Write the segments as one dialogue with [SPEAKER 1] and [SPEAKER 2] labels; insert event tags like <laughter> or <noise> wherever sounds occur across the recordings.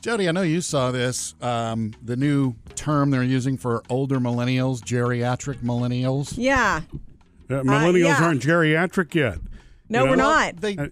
[SPEAKER 1] Jody, I know you saw this. Um, the new term they're using for older millennials, geriatric millennials.
[SPEAKER 2] Yeah.
[SPEAKER 3] Uh, millennials
[SPEAKER 2] yeah.
[SPEAKER 3] aren't geriatric yet.
[SPEAKER 2] No,
[SPEAKER 3] You
[SPEAKER 2] we're
[SPEAKER 3] know?
[SPEAKER 2] not.
[SPEAKER 1] They,
[SPEAKER 3] Uh,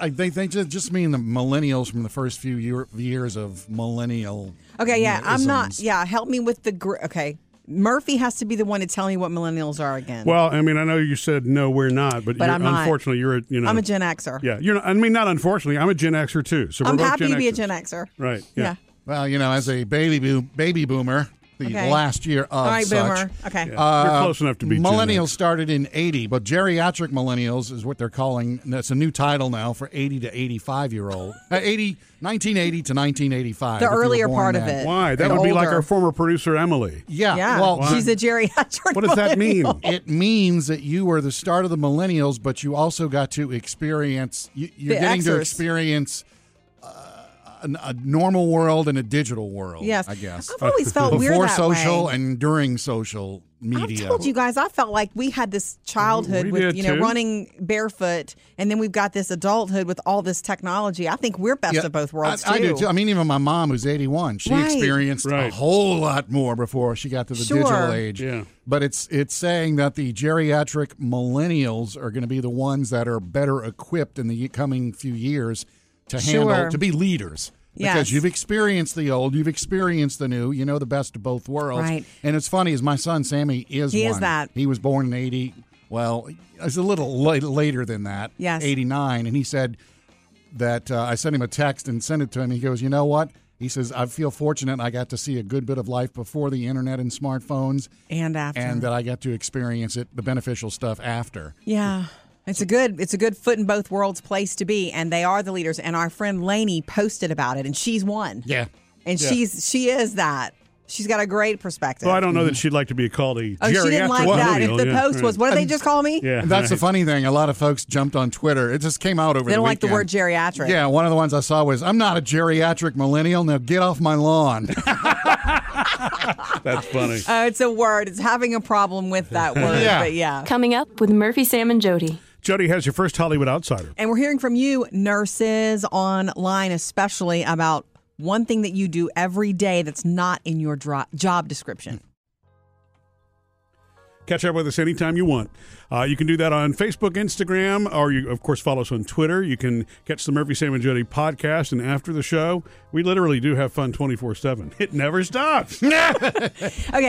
[SPEAKER 1] I, they, they ju- just mean the millennials from the first few year, years of millennial.
[SPEAKER 2] Okay, yeah, I'm not.
[SPEAKER 1] isms.
[SPEAKER 2] Yeah, help me with the. Gr- okay, Murphy has to be the one to tell me what millennials are again.
[SPEAKER 3] Well, I mean, I know you said no, we're not, but,
[SPEAKER 2] But
[SPEAKER 3] you're,
[SPEAKER 2] I'm not.
[SPEAKER 3] unfortunately, you're a, you know,
[SPEAKER 2] I'm a Gen Xer.
[SPEAKER 3] yeah, you're. Not, I mean, not unfortunately, I'm a Gen Xer too. So we're
[SPEAKER 2] I'm
[SPEAKER 3] both
[SPEAKER 2] happy
[SPEAKER 3] Gen
[SPEAKER 2] to be a
[SPEAKER 3] Xers.
[SPEAKER 2] Gen Xer.
[SPEAKER 3] Right.
[SPEAKER 2] Yeah.
[SPEAKER 3] Yeah.
[SPEAKER 1] Well, you know, as a baby boom, baby boomer, the
[SPEAKER 2] Okay.
[SPEAKER 1] last year of
[SPEAKER 2] All right,
[SPEAKER 1] such.
[SPEAKER 2] boomer. Okay.
[SPEAKER 3] Yeah. you're close enough to be Gen
[SPEAKER 1] Uh, millennials
[SPEAKER 3] X.
[SPEAKER 1] started in 80 but geriatric millennials is what they're calling that's a new title now for 80 to 85 year old uh, 80 1980 to 1985
[SPEAKER 2] The
[SPEAKER 1] if you were
[SPEAKER 2] earlier
[SPEAKER 1] born
[SPEAKER 2] part of
[SPEAKER 1] then.
[SPEAKER 2] it.
[SPEAKER 3] Why? That
[SPEAKER 2] And
[SPEAKER 3] would be like
[SPEAKER 2] older.
[SPEAKER 3] our former producer Emily.
[SPEAKER 1] yeah,
[SPEAKER 2] Yeah.
[SPEAKER 1] well
[SPEAKER 2] she's a geriatric.
[SPEAKER 3] What does
[SPEAKER 1] <laughs>
[SPEAKER 3] that mean?
[SPEAKER 2] millennial.
[SPEAKER 1] it means that you were the start of the millennials but you also got to experience you, you're
[SPEAKER 2] The
[SPEAKER 1] getting to
[SPEAKER 2] Xers.
[SPEAKER 1] experience uh, an, a normal world and a digital world
[SPEAKER 2] Yes.
[SPEAKER 1] i guess
[SPEAKER 2] I've always felt
[SPEAKER 1] before
[SPEAKER 2] weird that
[SPEAKER 1] social
[SPEAKER 2] way.
[SPEAKER 1] and during social media
[SPEAKER 2] I've told you guys, I felt like we had this childhood
[SPEAKER 3] We
[SPEAKER 2] with
[SPEAKER 3] did
[SPEAKER 2] you know
[SPEAKER 3] too.
[SPEAKER 2] running barefoot, and then we've got this adulthood with all this technology. I think we're best of both worlds
[SPEAKER 1] I, I
[SPEAKER 2] too.
[SPEAKER 1] do too. I mean, even my mom, who's 81, she
[SPEAKER 2] Right.
[SPEAKER 1] experienced a
[SPEAKER 3] Right.
[SPEAKER 1] whole lot more before she got to the
[SPEAKER 2] Sure.
[SPEAKER 1] digital age.
[SPEAKER 3] Yeah.
[SPEAKER 1] But it's it's saying that the geriatric millennials are going to be the ones that are better equipped in the coming few years to handle
[SPEAKER 2] Sure.
[SPEAKER 1] to be leaders.
[SPEAKER 2] Yes.
[SPEAKER 1] Because you've experienced the old, you've experienced the new, you know the best of both worlds.
[SPEAKER 2] Right.
[SPEAKER 1] And it's funny, is my son Sammy is
[SPEAKER 2] He is
[SPEAKER 1] one.
[SPEAKER 2] that.
[SPEAKER 1] He was born in 80. Well, it's a little la- later than that.
[SPEAKER 2] Yes.
[SPEAKER 1] 89. And he said, that uh, I sent him a text and sent it to him. He goes, You know what? He says, I feel fortunate I got to see a good bit of life before the internet and smartphones,
[SPEAKER 2] and after,
[SPEAKER 1] and that I got to experience it, the beneficial stuff after.
[SPEAKER 2] Yeah. It's a good it's a good foot in both worlds place to be and they are the leaders and our friend Lainey posted about it and she's one.
[SPEAKER 1] Yeah.
[SPEAKER 2] And she's she is that. She's got a great perspective.
[SPEAKER 3] Well, I don't know that she'd like to be called a
[SPEAKER 2] oh, she didn't like that. If the post was what did they just call me?
[SPEAKER 3] Yeah.
[SPEAKER 1] And that's the
[SPEAKER 3] right.
[SPEAKER 1] funny thing. A lot of folks jumped on Twitter. It just came out over
[SPEAKER 2] They don't
[SPEAKER 1] the
[SPEAKER 2] like the word
[SPEAKER 1] weekend.
[SPEAKER 2] geriatric.
[SPEAKER 1] Yeah, one of the ones I saw was, I'm not a geriatric millennial. Now get off my
[SPEAKER 2] <laughs>
[SPEAKER 1] lawn.
[SPEAKER 3] That's funny.
[SPEAKER 2] Oh, it's a word. It's having a problem
[SPEAKER 1] <laughs>
[SPEAKER 2] with that word.
[SPEAKER 1] Yeah.
[SPEAKER 2] But yeah.
[SPEAKER 4] Coming up with Murphy, Sam, and Jody.
[SPEAKER 3] Jody has your first Hollywood outsider.
[SPEAKER 2] And we're hearing from you, nurses online, especially about one thing that you do every day that's not in your dro- job description.
[SPEAKER 3] Catch up with us anytime you want. Uh, you can do that on Facebook, Instagram, or you, of course, follow us on Twitter. You can catch the Murphy, Sam, and Jody podcast. And after the show, we literally do have fun 24 7. <laughs> It never
[SPEAKER 2] <laughs>
[SPEAKER 3] stops.
[SPEAKER 2] Okay,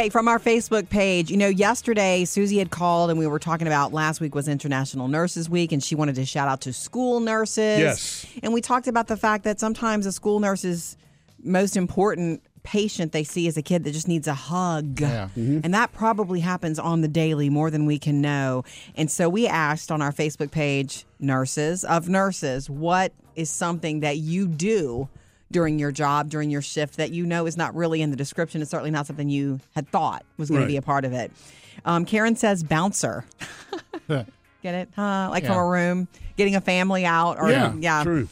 [SPEAKER 2] from our Facebook page, you know, yesterday Susie had called and we were talking about last week was International Nurses Week and she wanted to shout out to school nurses.
[SPEAKER 3] Yes.
[SPEAKER 2] And we talked about the fact that sometimes a school nurse's most important patient they see is a kid that just needs a hug.
[SPEAKER 1] Yeah.
[SPEAKER 2] And that probably happens on the daily more than we can know. And so we asked on our Facebook page, nurses of nurses, what is something that you do during your job, during your shift that you know is not really in the description? It's certainly not something you had thought was going
[SPEAKER 3] Right.
[SPEAKER 2] to be a part of it. Um, Karen
[SPEAKER 1] <laughs>
[SPEAKER 2] says bouncer. Get it? Huh? Like from
[SPEAKER 1] Yeah.
[SPEAKER 2] a room, getting a family out, or
[SPEAKER 1] Yeah,
[SPEAKER 3] True.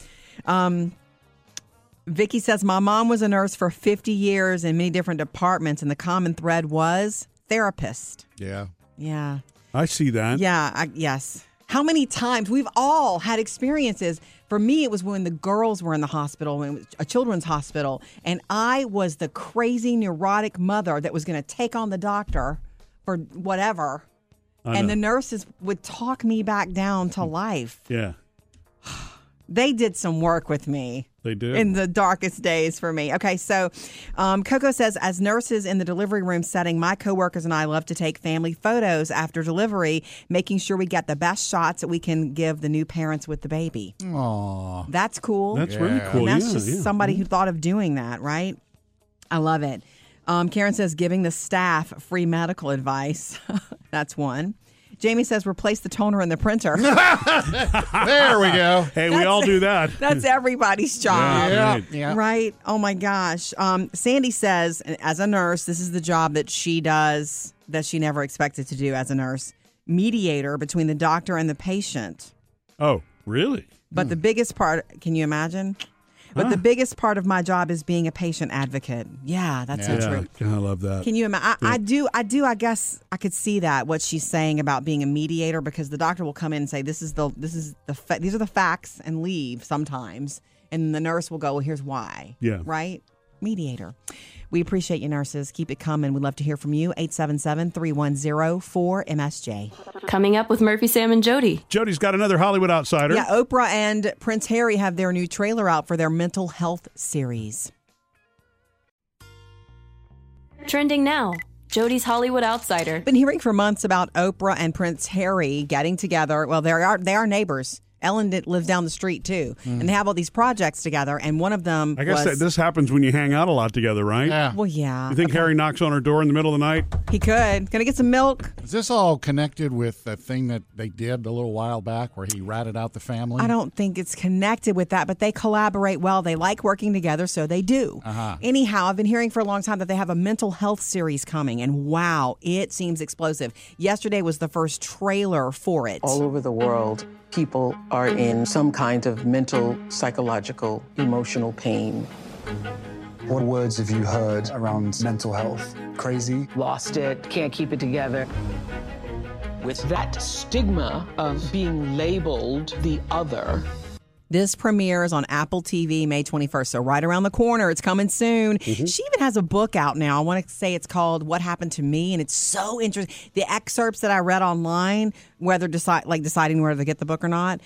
[SPEAKER 2] Vicky says, My mom was a nurse for 50 years in many different departments, and the common thread was therapist.
[SPEAKER 1] yeah.
[SPEAKER 2] Yeah.
[SPEAKER 3] I see that.
[SPEAKER 2] Yeah. I, yes. How many times we've all had experiences. For me, it was when the girls were in the hospital, when it was a children's hospital, and I was the crazy neurotic mother that was going to take on the doctor for whatever.
[SPEAKER 3] I
[SPEAKER 2] And
[SPEAKER 3] know.
[SPEAKER 2] the nurses would talk me back down to life.
[SPEAKER 3] yeah.
[SPEAKER 2] They did some work with me.
[SPEAKER 3] They do.
[SPEAKER 2] in the darkest days for me. Okay, so um, Coco says, as nurses in the delivery room setting, my coworkers and I love to take family photos after delivery, making sure we get the best shots that we can give the new parents with the baby.
[SPEAKER 1] Aww.
[SPEAKER 2] That's cool.
[SPEAKER 3] that's really
[SPEAKER 1] Yeah.
[SPEAKER 3] cool.
[SPEAKER 2] and that's
[SPEAKER 3] yeah,
[SPEAKER 2] just
[SPEAKER 3] yeah.
[SPEAKER 2] somebody who thought of doing that, right? I love it. Um, Karen says, giving the staff free medical advice. <laughs> that's one. Jamie says, replace the toner in the
[SPEAKER 3] <laughs>
[SPEAKER 2] printer.
[SPEAKER 1] There we go.
[SPEAKER 3] Hey, we
[SPEAKER 2] <laughs>
[SPEAKER 3] all do that.
[SPEAKER 2] that's everybody's job.
[SPEAKER 1] Yeah.
[SPEAKER 3] Right.
[SPEAKER 1] Yeah.
[SPEAKER 2] Right. Oh my gosh. Um, Sandy says, and as a nurse, this is the job that she does that she never expected to do as a nurse mediator between the doctor and the patient.
[SPEAKER 3] <laughs> oh, really?
[SPEAKER 2] But
[SPEAKER 1] Hmm.
[SPEAKER 2] the biggest part, can you imagine? But the biggest part of my job is being a patient advocate. Yeah, that's so
[SPEAKER 3] yeah.
[SPEAKER 2] true.
[SPEAKER 3] I love that.
[SPEAKER 2] Can you imagine? I, I do, I do. I guess I could see that what she's saying about being a mediator because the doctor will come in and say, "This is the, this is the, fa- these are the facts," and leave sometimes. And the nurse will go, well, here's why.
[SPEAKER 3] Yeah.
[SPEAKER 2] Right? Mediator. We appreciate you, nurses. Keep it coming. We'd love to hear from you. 877 310 4MSJ.
[SPEAKER 4] Coming up with Murphy, Sam, and Jody.
[SPEAKER 3] Jody's got another Hollywood outsider.
[SPEAKER 2] Yeah, Oprah and Prince Harry have their new trailer out for their mental health series.
[SPEAKER 4] Trending now Jody's Hollywood Outsider.
[SPEAKER 2] Been hearing for months about Oprah and Prince Harry getting together. Well, they are they are neighbors. Ellen did, lives down the street too, and they have all these projects together. And one of them,
[SPEAKER 3] Hmm. I guess
[SPEAKER 2] was,
[SPEAKER 3] that this happens when you hang out a lot together, right?
[SPEAKER 1] Yeah.
[SPEAKER 2] Well, yeah,
[SPEAKER 3] You think Harry knocks on her door in the middle of the night?
[SPEAKER 2] he could. Gonna get some milk.
[SPEAKER 1] Is this all connected with that thing that they did a little while back where he ratted out the family?
[SPEAKER 2] I don't think it's connected with that, but they collaborate well. They like working together, so they do.
[SPEAKER 3] Uh-huh.
[SPEAKER 2] Anyhow, I've been hearing for a long time that they have a mental health series coming, and wow, it seems explosive. Yesterday was the first trailer for it.
[SPEAKER 5] All over the world, people are in some kind of mental, psychological, emotional pain.
[SPEAKER 6] What words have you heard around mental health? Crazy?
[SPEAKER 7] lost it, can't keep it together.
[SPEAKER 5] With that stigma of being labeled the other,
[SPEAKER 2] This premieres on Apple TV May 21st, so right around the corner. It's coming soon. She even has a book out now. I want to say it's called What Happened to Me, and it's so interesting. The excerpts that I read online, whether decide like deciding whether to get the book or not,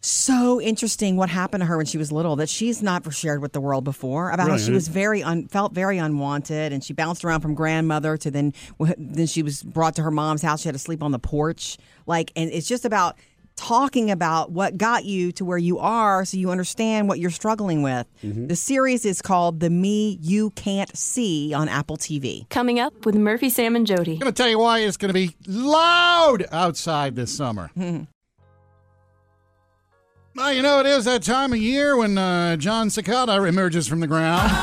[SPEAKER 2] so interesting what happened to her when she was little that she's not shared with the world before about how she
[SPEAKER 3] Right.
[SPEAKER 2] was very un, felt very unwanted and she bounced around from grandmother to then then she was brought to her mom's house she had to sleep on the porch like and it's just about talking about what got you to where you are so you understand what you're struggling with the series is called the me you can't see on apple tv
[SPEAKER 4] Coming up with Murphy, Sam, and Jody.
[SPEAKER 1] I'm going to tell you why it's going to be loud outside this
[SPEAKER 2] <laughs>
[SPEAKER 1] summer.
[SPEAKER 2] Hmm.
[SPEAKER 1] Well, you know, it is that time of year when uh, John Cicada emerges from the ground.
[SPEAKER 2] <laughs>